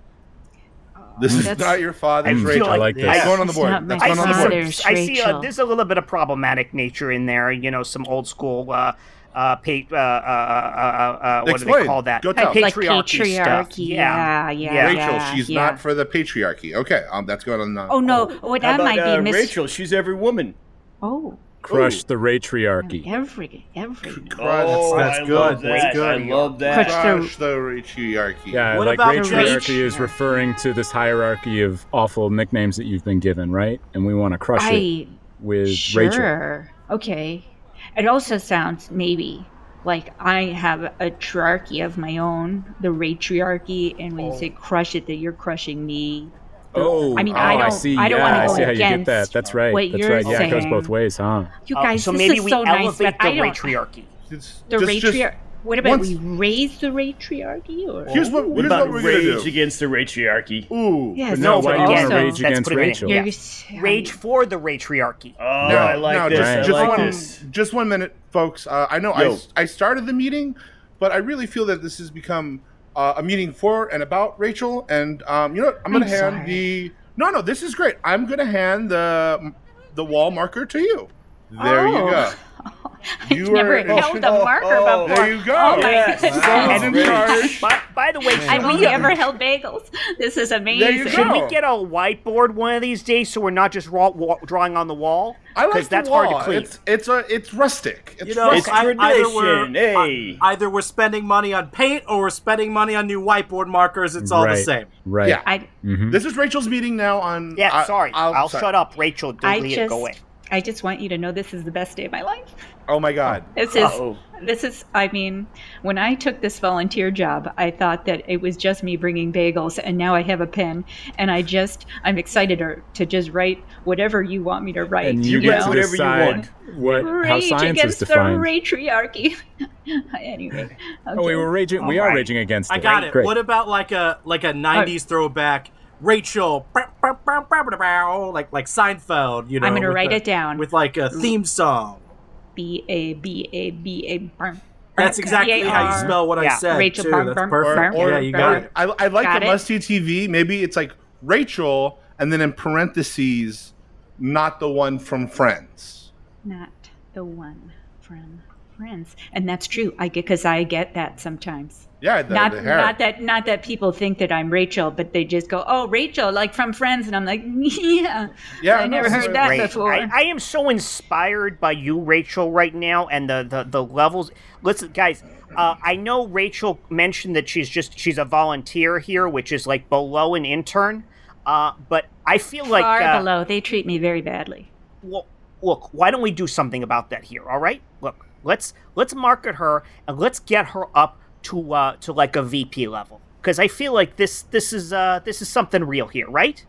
This is That's- not your father's Mm, Rachel. I like That's this. I- going on the It's board. not That's my going on the board. father's I see. Uh, Rachel. there's a little bit of problematic nature in there. You know, some old school. Uh, uh, pa- uh, uh, uh, uh, uh, what do Explain. they call that? Go tell. Like Patriarchy, stuff. patriarchy. Yeah, Ah, yeah, yeah. Rachel, she's yeah. not for the Uh, patriarchy. Okay, um, that's going on. the- Oh no! Oh, How that about, might be uh, mis- Rachel? She's every woman. Oh, Crush the Ratriarchy. Every every Crush, oh, that's I good, Love that's that. good. I love that. Crush the- crush the Ratriarchy. Yeah, What like about the Ratriarchy rich- is referring to this hierarchy of awful nicknames that you've been given, right? And we want to crush I it with Rachel. sure okay. It also sounds maybe like I have a triarchy of my own, the ratriarchy, and when you say crush it, that you're crushing me. Oh, I mean, oh, I don't- see. I don't yeah, wanna I go see how you get that. against That's right. what That's you're right. Yeah, it goes saying. both ways, huh? You Oh, guys, so this maybe is we so nice, elevate but the I don't. Ratriarchy. Just- The just- just- ratriarchy. What about once- we raise the ratriarchy? Or Here's what, What here's about what we're rage going to do. against the Ratriarchy? Ooh. yes, no, but why do you also, want to rage That's against putting it in. Rachel? Yeah. you're s- I Rage mean, for the Ratriarchy. Oh, I like no, this. Just, Right. I just like one, this. just one minute, folks. Uh, I know I, Yo. I started the meeting, but I really feel that this has become uh, a meeting for and about Rachel. And um, you know, what? I'm going to I'm hand sorry. the. No, no, this is great. I'm going to hand the the wall marker to you. There Oh. you go. I've You never are- held a oh, marker oh, before. There you go. Oh my Yes. goodness. Wow. Someone's in Great. charge. By, by the way, I've should we, only ever held bagels. This is amazing. you should we No. get a whiteboard one of these days so we're not just raw, wa- drawing on the wall? I like Because the that's wall. hard to clean. It's it's a it's rustic. It's You know, It's I- either we're tradition, hey. I- either we're spending money on paint or we're spending money on new whiteboard markers. It's all the Right. same. Right. Yeah. I Mhm. This is Rachel's meeting now on. Yeah, I- sorry. I'll, sorry. shut up, Rachel. I Delete it. just Go away. I just want you to know this is the best day of my life. Oh my god. This is Oh. this is I mean, when I took this volunteer job, I thought that it was just me bringing bagels and now I have a pen and I just I'm excited to, to just write whatever you want me to write. And you Yeah. get to Whatever you decide what how Rage science is against the defined. ratriarchy. anyway. oh, we okay. were raging. we All are right. raging against. I got Right, it. Great. What about like a like a '90s throwback? Rachel, like like Seinfeld. You know, I'm gonna with write the- it down. with like a theme song. B A B A B A burn. That's exactly how you B-A-R. spell what I Yeah. said Rachel too. Burr, That's Burr, perfect. Burr, yeah, you got Burr. it. I, I like Got the it? musty TV. Maybe it's like Rachel, and then in parentheses, not the one from Friends. not the one from friends and that's true i get because i get that sometimes Yeah, the, not the hair. not that not that people think that i'm rachel but they just go oh rachel like from friends and i'm like yeah yeah, I no, never so- heard that Great. before I, I am so inspired by you, Rachel, right now, and the the, the levels. Listen, guys, uh, I know Rachel mentioned that she's just she's a volunteer here, which is like below an intern. Uh, but I feel like far uh, below they treat me very badly well, look, why don't we do something about that here? All right, look, let's let's market her and let's get her up to uh, to like a VP level because I feel like this this is uh, this is something real here, right?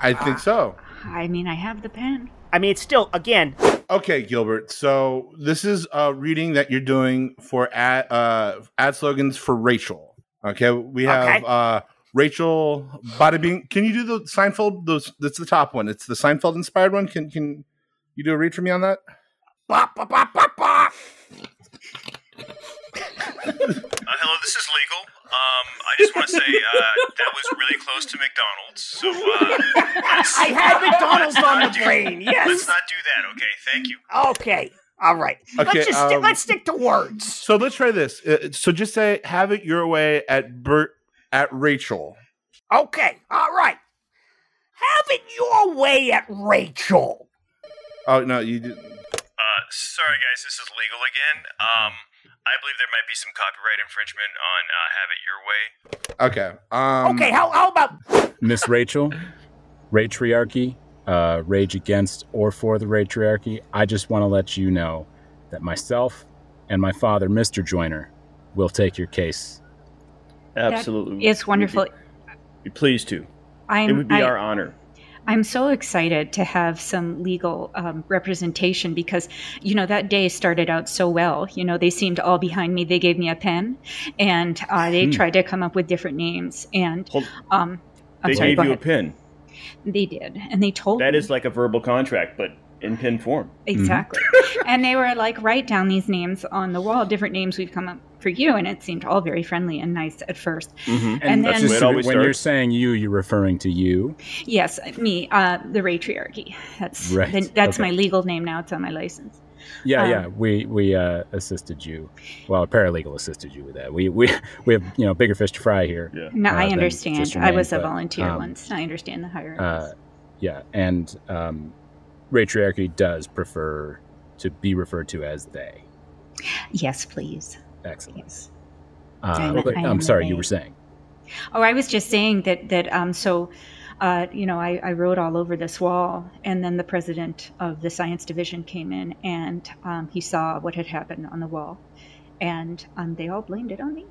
I think so. i mean i have the pen I mean, it's still again. Okay, Gilbert. So this is a reading that you're doing for ad uh, ad slogans for Rachel. Okay, we have Okay. uh, Rachel Bada Bing. Can you do the Seinfeld? Those that's the top one. It's the Seinfeld inspired one. Can can you do a read for me on that? Bop, bop, bop, bop, bop. Uh, hello, this is legal. Um, I just want to say uh, that was really close to McDonald's. So uh, let's, I had McDonald's on not the do- brain. Let's Yes. not do that. Okay, thank you. Okay. All right. Okay, let's just sti- um, let's stick to words. So let's try this. Uh, so just say, "Have it your way" at Bert at Rachel. Okay. All right. Have it your way at Rachel. Oh no, you didn't. Uh, sorry, guys, this is legal again. Um, I believe there might be some copyright infringement on uh, "Have It Your Way." Okay. Um, Okay. How, how about Miss Rachel, Ratriarchy, uh, Rage Against or For the Ratriarchy, I just want to let you know that myself and my father, Mr. Joyner, will take your case. Absolutely. it's wonderful We'd be pleased to. i'm It would be I- our honor. I'm so excited to have some legal um, representation because, you know, that day started out so well. You know, they seemed all behind me. They gave me a pen and uh, they Hmm. tried to come up with different names. And Hold- um, I'm they sorry, gave go you a ahead. pin. They did. And they told That me. is like a verbal contract, but in pin form. Mm-hmm. Exactly. and they were like, write down these names on the wall, different names we've come up for you. And it seemed all very friendly and nice at first. Mm-hmm. And That's then- just Just it always when you're starts. saying you, you're referring to you. Yes, me, uh, the Ratriarchy. That's, Right. the, that's Okay. my legal name now. It's on my license. Yeah, Um, yeah. We we uh, assisted you. Well, a paralegal assisted you with that. We we we have you know bigger fish to fry here. Yeah. No, uh, I than understand. just your I name, was a but, volunteer um, once. I understand the hierarchy. Uh, yeah, and um, Ratriarchy does prefer to be referred to as they. Yes, please. Excellent. Yes. Uh, I'm a- but I am I'm a sorry, they. you were saying. Oh, I was just saying that that um so uh, you know, I, I wrote all over this wall, and then the president of the science division came in, and um, he saw what had happened on the wall, and um, they all blamed it on me,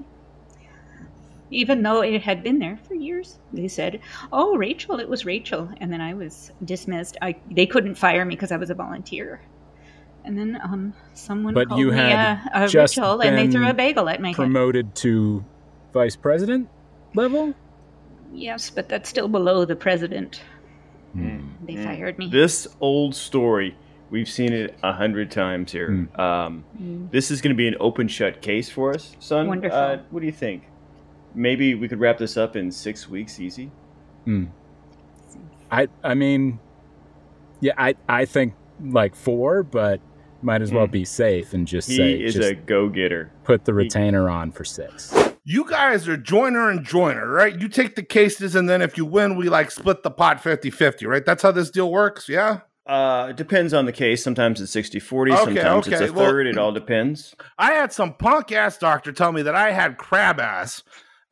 even though it had been there for years. They said, "Oh, Rachel, it was Rachel," and then I was dismissed. I they couldn't fire me because I was a volunteer, and then um, someone But called you me uh, had a, a just Rachel, and they threw been a bagel at my head. Promoted to vice president level? Yes, but that's still below the president. Mm. They fired me. Mm. This old story, we've seen it a hundred times here. Um, Mm. This is going to be an open shut case for us, son. Wonderful. Uh, what do you think? Maybe we could wrap this up in six weeks, easy. Hmm. I I mean, yeah, I I think like four, but might as well be safe and just Hmm. He say is just a go getter. put the retainer on for six. You guys are joiner and joiner, right? You take the cases, and then if you win, we like split the pot 50 50, right? That's how this deal works, yeah? Uh, it depends on the case. Sometimes it's 60 40, Okay, sometimes okay, it's a well- third. it all depends. I had some punk ass doctor tell me that I had crab ass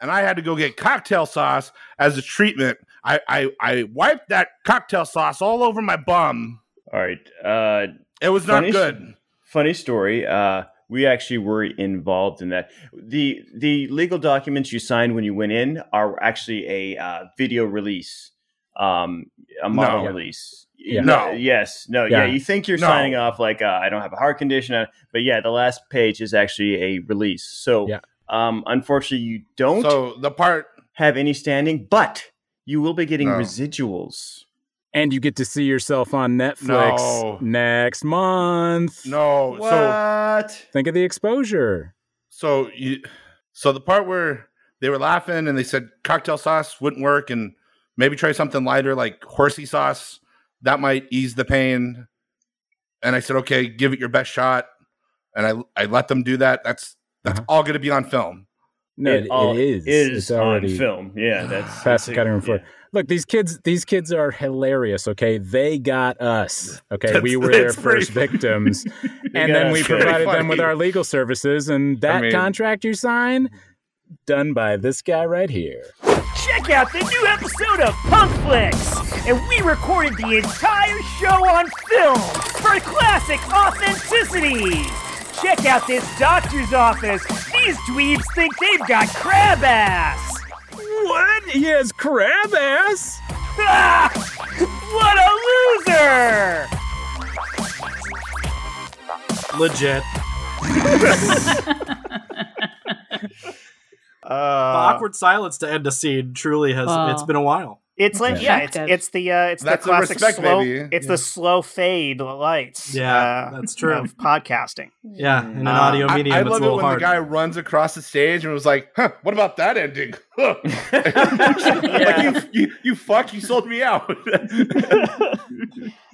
and I had to go get cocktail sauce as a treatment. I, I, I wiped that cocktail sauce all over my bum. All right. Uh, It was not Funny- good. Funny story. Uh, we actually were involved in that. the The legal documents you signed when you went in are actually a uh, video release, um, a model No. release. Yeah. No. Yes. No. Yeah. Yeah. You think you're No. signing off like uh, I don't have a heart condition, uh, but yeah, the last page is actually a release. So, Yeah. um, unfortunately, you don't So the part, have any standing, but you will be getting No. residuals. And you get to see yourself on Netflix No. next month. no. So, What? Think of the exposure. so you, so the part where they were laughing and they said cocktail sauce wouldn't work and maybe try something lighter like horsey sauce. That might ease the pain. And I said, okay, give it your best shot. And I, I let them do that. That's, that's Uh-huh. all going to be on film. No, it, all it is. is it's already on film. Yeah, that's past the that's- cutting room floor. yeah. Look, these kids, these kids are hilarious. Okay, they got us. Okay, we That's- were their that's pretty first victims, and got then we us pretty provided them with funny. our legal services. And that mean- contract you sign, done by this guy right here. Check out the new episode of Punk Flicks! And we recorded the entire show on film for classic authenticity! Check out this doctor's office! These dweebs think they've got crab ass! What? He has crab ass. Ah, what a loser! Legit. The Uh, awkward silence to end a scene truly has Wow. it's been a while. It's like yeah, it's, Effective. it's the uh, it's That's the the classic respect, slow. baby. It's the slow fade lights. Yeah, uh, that's true. Of podcasting. Yeah, in an Uh, audio I, medium I it's a love it little when hard. the guy runs across the stage and was like, huh, what about that ending? Huh." like, you, you, you fuck, you sold me out.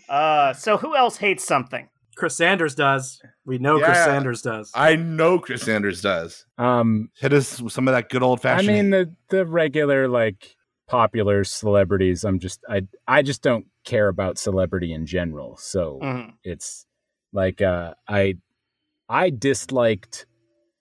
Uh, so who else hates something? Chris Sanders does. We know Chris Yeah. Sanders does. I know Chris Sanders does. Um, Hit us with some of that good old I fashioned. mean the the regular like popular celebrities. I'm just I I just don't care about celebrity in general. So. Mhm. it's like uh i i disliked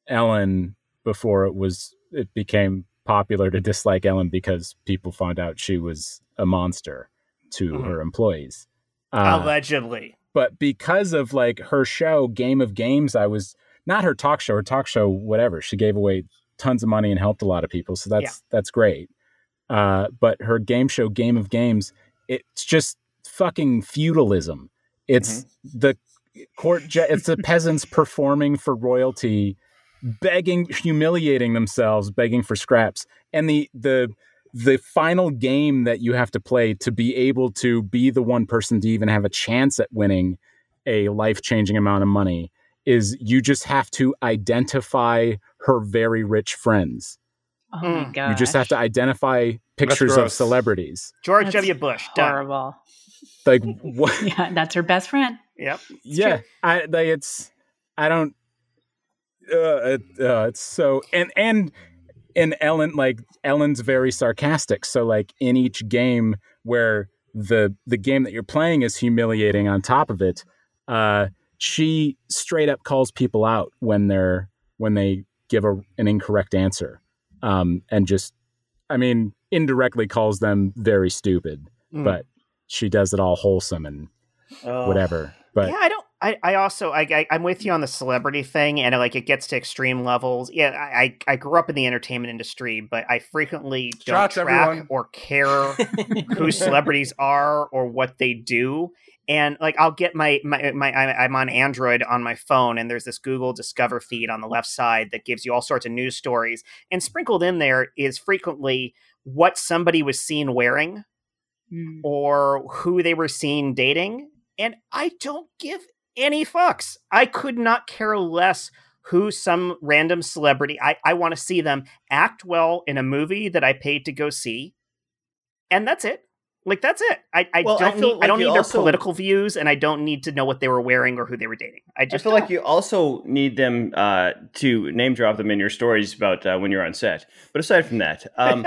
ellen before it was it became popular to dislike ellen because people found out she was a monster to Mhm. her employees Uh, Allegedly, but because of like her show game of games i was not her talk show her talk show whatever she gave away tons of money and helped a lot of people so that's that's great uh, but her game show game of games it's just fucking feudalism it's the court ju- it's the peasants performing for royalty begging humiliating themselves begging for scraps and the the the final game that you have to play to be able to be the one person to even have a chance at winning a life changing amount of money is you just have to identify her very rich friends. Oh my Mm. god! You just have to identify pictures of gross. celebrities. George That's W. Bush. Done. Horrible. Like what? Yeah, that's her best friend. Yep. yeah, I like it's. I don't. Uh, it, uh, it's so and and and Ellen like Ellen's very sarcastic. So like in each game where the the game that you're playing is humiliating on top of it, uh, she straight up calls people out when they're when they give a, an incorrect answer um, and just i mean indirectly calls them very stupid Mm. but she does it all wholesome and Oh. whatever but yeah, I don't. I, I also I, I I'm with you on the celebrity thing, and like it gets to extreme levels. Yeah, I I I grew up in the entertainment industry, but I frequently don't Shots, track everyone. or care who celebrities are or what they do. And like I'll get my my, my I- I'm on Android on my phone, and there's this Google Discover feed on the left side that gives you all sorts of news stories, and sprinkled in there is frequently what somebody was seen wearing or who they were seen dating. And I don't give any fucks. I could not care less who some random celebrity, I, I want to see them act well in a movie that I paid to go see. And that's it. Like that's it. I, I Well, I don't feel need I like don't you need their also- political views and I don't need to know what they were wearing or who they were dating. I I just feel like you also need them uh, to name drop them in your stories about uh, when you're on set. But aside from that, um,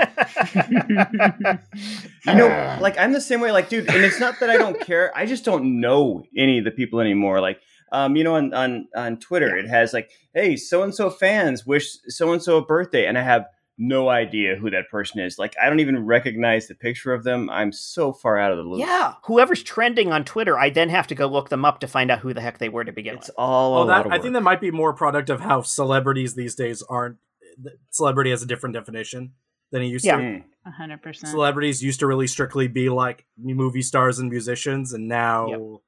you know, like I'm the same way. Like, dude, and it's not that I don't care. I just don't know any of the people anymore. Like, um, you know, on on on Twitter, it has like, hey, so and so fans wish so and so a birthday, and I have no idea who that person is. Like, I don't even recognize the picture of them. I'm so far out of the loop. Yeah. Whoever's trending on Twitter, I then have to go look them up to find out who the heck they were to begin with. It's all Oh, Well, a lot that of I work. think that might be more a product of how celebrities these days aren't. th- Celebrity has a different definition than it used Yeah. to. Mm. A hundred percent. Celebrities used to really strictly be like movie stars and musicians, and now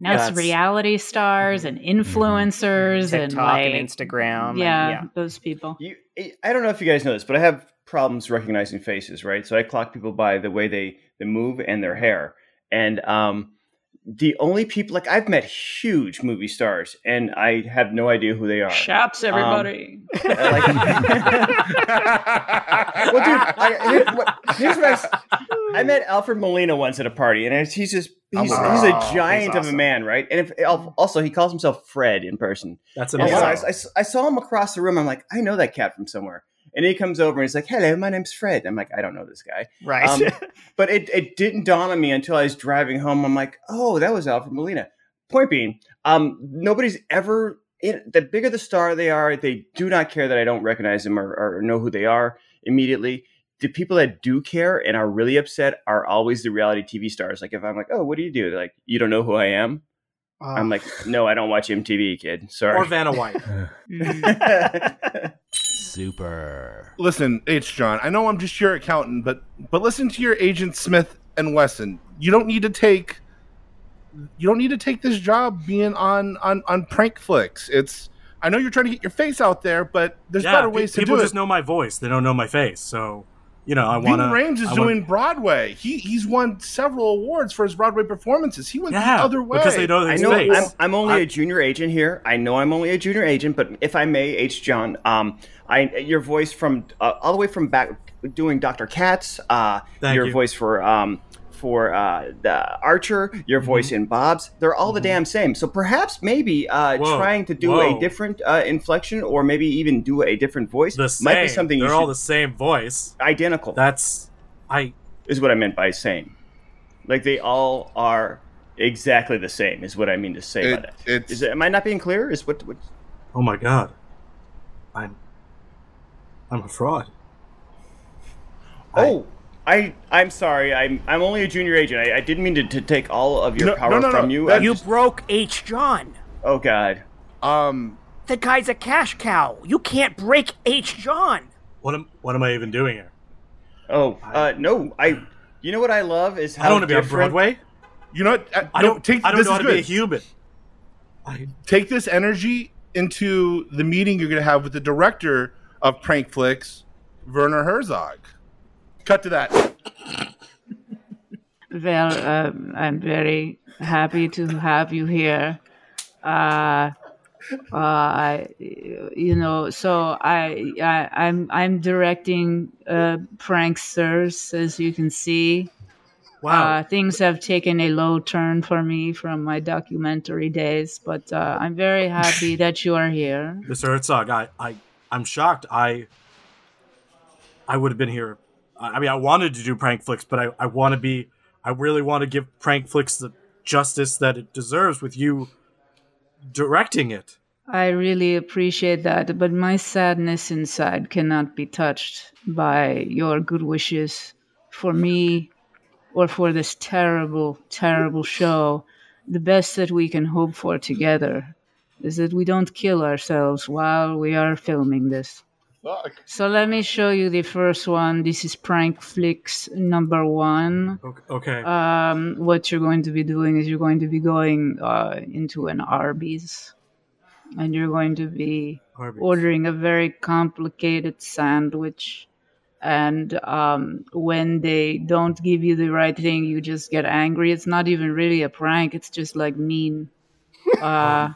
Now That's- it's reality stars Mm-hmm. and influencers and Mm-hmm. TikTok like and Instagram. and- yeah, yeah. those people. You, I- I don't know if you guys know this, but I have problems recognizing faces, right? So I clock people by the way they, they move and their hair. And um, the only people, like, I've met huge movie stars and I have no idea who they are. Um, Shops, everybody. I like- well, dude, I, here- what- here's what I, s- I met Alfred Molina once at a party, and it's- he's just he's, Alfred. he's a Oh, giant he's of a awesome. man, right? And if, al- also, he calls himself Fred in person. that's And amazing. so I, I s- I saw him across the room. I'm like, I know that cat from somewhere. And he comes over and he's like, "Hello, my name's Fred." I'm like, "I don't know this guy," Right. Um, but it, it didn't dawn on me until I was driving home. I'm like, "Oh, that was Alfred Molina." Point being, um, nobody's ever. It, the bigger the star they are, they do not care that I don't recognize them or, or know who they are immediately. The people that do care and are really upset are always the reality TV stars. Like if I'm like, "Oh, what do you do?" They're like, "You don't know who I am." I'm like, "No, I don't watch MTV, kid. Sorry." or Vanna White. Mm. Super. Listen, H. John, I know I'm just your accountant, but but listen to your agent Smith and Wesson. You don't need to take you don't need to take this job being on on on prank flicks. It's I know you're trying to get your face out there, but there's yeah, better pe- ways to people do just it. know my voice; they don't know my face. So, you know, I want Newton to. Rames is doing Broadway. He he's won several awards for his Broadway performances. He went yeah, the other way because they know I his know face. I'm, I'm only I- a junior agent here. I know I'm only a junior agent, but if I may, H. John, um, I your voice from uh, all the way from back doing Doctor Katz, uh, Thank your you. voice for um for uh, the Archer, your Mm-hmm. voice in Bob's, they're all the damn same. So perhaps maybe uh, Whoa, trying to do whoa. a different uh, inflection or maybe even do a different voice the same. might be something They're you all should the same voice. identical That's I. is what I meant by same. Like they all are exactly the same is what I mean to say by It- that. it's- Is it, am I not being clear? Is what, what Oh my god, I'm. I'm a fraud. I- Oh, I I'm sorry. I'm I'm only a junior agent. I, I didn't mean to, to take all of your No, power no, no, no. from you. That- I'm You just- broke H. John. oh god. Um The guy's a cash cow. You can't break H. John. What am What am I even doing here? Oh, uh no. I you know what I love is how I don't want to be on different- Broadway. you know what? Uh, I no, don't. take I don't this know how is to be a good. human. I, take this energy into the meeting you're going to have with the director of prank flicks, Werner Herzog. Cut to that. Well, um, I'm very happy to have you here. Uh, uh, I, you know, so I, I, I'm, I'm directing uh, pranksters, as you can see. wow. Uh, things have taken a low turn for me from my documentary days, but uh, I'm very happy that you are here. Mr. Herzog, I, I, I'm shocked. I, I would have been here. I I mean, I wanted to do prank flicks, but I, I want to be. I really want to give prank flicks the justice that it deserves. With you directing it. I really appreciate that, but my sadness inside cannot be touched by your good wishes for me or for this terrible, terrible show. The best that we can hope for together is that we don't kill ourselves while we are filming this. Fuck. So let me show you the first one. This is Prank Flicks number one. Okay. Um, what you're going to be doing is you're going to be going uh, into an Arby's and you're going to be Arby's. ordering a very complicated sandwich. And um, when they don't give you the right thing, you just get angry. It's not even really a prank, it's just like mean. Uh,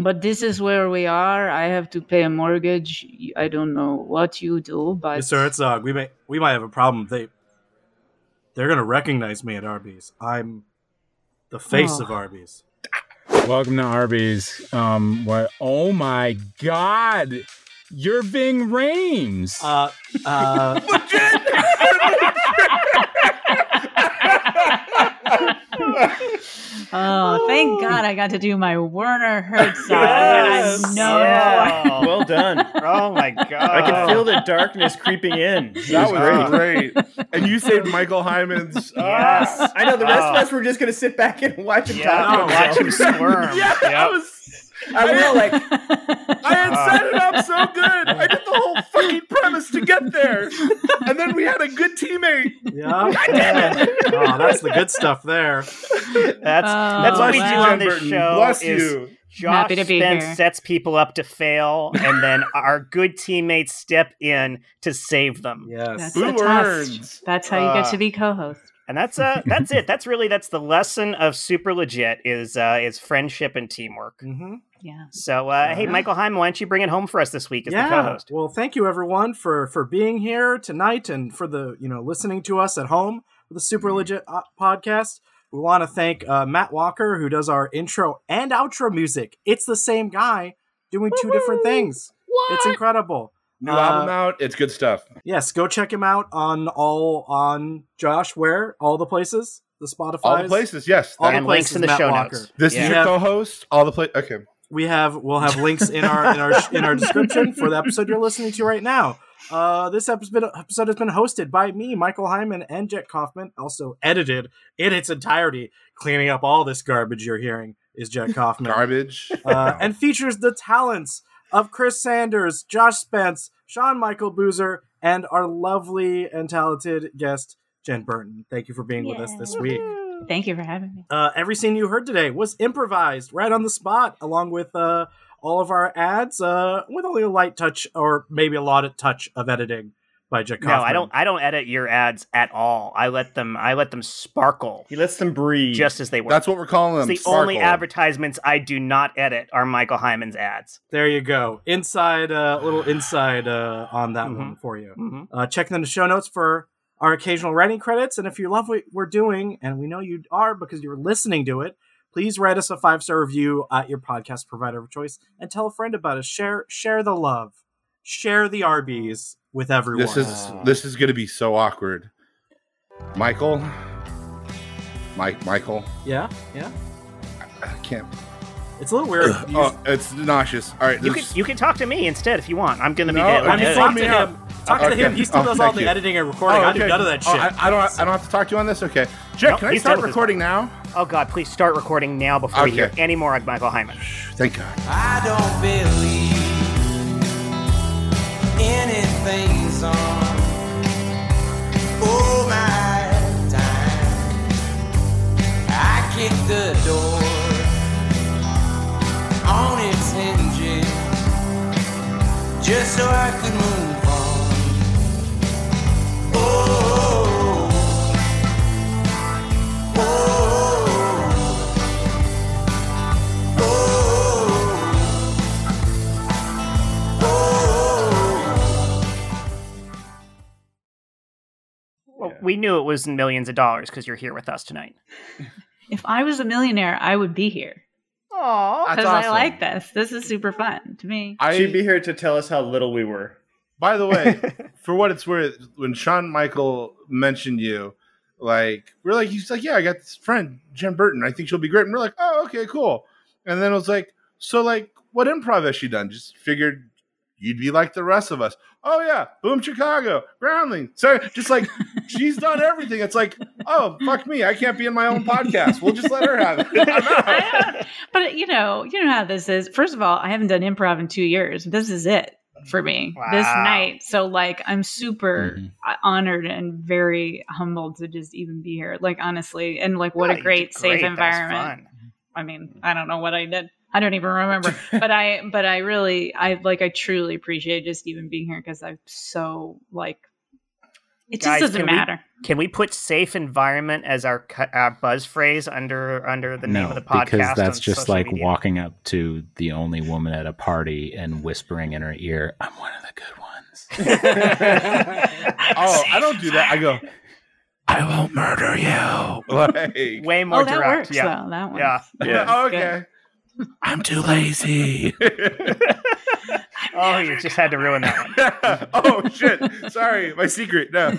but this is where we are. I have to pay a mortgage. I don't know what you do, but Mr. Herzog, we may we might have a problem. They they're gonna recognize me at Arby's. I'm the face Oh. of Arby's. Welcome to Arby's. Um, what? Oh my God! You're Ving Rames. Uh, uh. Oh, thank God I got to do my Werner Herzog. that I know Yeah. Well done. Oh my god. I can feel the darkness creeping in. That was great. And you saved Michael Hyman's. uh, Yes. I know the rest of Oh. us were just gonna sit back and watch him Yeah, talk. to watch him himself. squirm. Yeah, I Yep. was. I will like I had set it up so good. I did the whole fucking premise to get there, and then we had a good teammate. Yeah. damn oh, that's the good stuff there. That's Oh, that's what we do wow. on this Burton. show. Bless is you. Josh Happy to be Spence here. sets people up to fail, and then our good teammates step in to save them. Yes. That's Who a test. earns? That's how you Uh, get to Ah. be co-host. And that's uh that's it. That's really that's the lesson of super legit is uh is friendship and teamwork. Mm-hmm. Yeah. So uh, hey Michael Heim, why don't you bring it home for us this week as the Yeah. co-host? Well, thank you everyone for for being here tonight and for the you know listening to us at home for the Super Mm-hmm. Legit uh, podcast. We want to thank uh, Matt Walker who does our intro and outro music. It's the same guy doing two different things. It's incredible. New Uh, album out. It's good stuff. Yes, go check him out on all on Josh. Where all the places, the Spotify, All the places. Yes. all the And links places, in the Matt show Walker. notes. this Yeah. is your co-host. All the place. Okay. we have we'll have links in our in our in our description for the episode you're listening to right now. Uh, this episode episode has been hosted by me, Michael Hyman, and Jet Kaufman. Also edited in its entirety, cleaning up all this garbage you're hearing is Jet Kaufman, Garbage. uh, and features the talents of Chris Sanders, Josh Spence, Sean Michael Boozer, and our lovely and talented guest Jen Burton. Thank you for being with us this week. Thank you for having me. Uh, every scene you heard today was improvised right on the spot, along with uh, all of our ads, uh, with only a light touch or maybe a lot of touch of editing by Jack. No, I don't I don't edit your ads at all. I let them I let them sparkle he lets them breathe. just as they were. That's what we're calling them. the only Sparkle. advertisements I do not edit are Michael Hyman's ads. There you go. Inside, uh, little inside uh, on that one for you. Mm-hmm. Uh, check in the show notes for our occasional writing credits. And if you love what we're doing, and we know you are because you're listening to it, please write us a five star review at your podcast provider of choice and tell a friend about us. Share share the love, share the RBs with everyone. This is this is going to be so awkward. Michael. Mike. Michael. yeah, yeah. I can't. It's a little weird. You- Oh, it's nauseous. All right. You this- can you can talk to me instead if you want. I'm gonna be No, dead. I I Hey, hey, mean, talk to him. hey. Talk to Okay. him. He still Oh, does all thank the you. editing and recording. I do okay. none of that Oh, shit. I, I don't. I don't have to talk to you on this. Okay, Jeff, No, can I he's start done with his recording now? Oh God! Please start recording now before we hear Okay. any more of Michael Hyman. Thank God. I don't believe anything's on all my time. I kick the door on its hinges just so I could move on. Oh, oh, oh. Well, we knew it was millions of dollars because you're here with us tonight. If I was a millionaire, I would be here Oh, because I awesome. like this. This is super fun to me. She'd be I, here to tell us how little we were. by the way, for what it's worth, when Sean Michael mentioned you, like we're like he's like, yeah, I got this friend Jen Burton. I think she'll be great. And we're like, oh, okay, cool. And then I was like, So, like, what improv has she done? Just figured you'd be like the rest of us. Oh yeah, Boom Chicago, Groundling. So just like she's done everything. It's like, oh fuck me, I can't be in my own podcast. We'll just let her have it. I'm out. But you know, you know how this is. First of all, I haven't done improv in two years. This is it for me this Wow. night. So like, I'm super uh, honored and very humbled to just even be here. Like honestly, and like, what Yeah, a you great, did safe great. That was environment. I mean, I don't know what I did. I don't even remember. but I, but I really, I like, I truly appreciate just even being here because I'm so like, it just Guys, doesn't can we- matter. can we put safe environment as our, cu- our buzz phrase under under the name of the podcast? because that's on just social like media? walking up to the only woman at a party and whispering in her ear, "I'm one of the good ones." oh, I don't do that. I go, I won't murder you. Like way more Oh, that direct, works, yeah. though. That Yeah. works. Yeah. Oh, Good. okay. I'm too lazy. oh, you just had to ruin that one. oh shit! Sorry, my secret. No.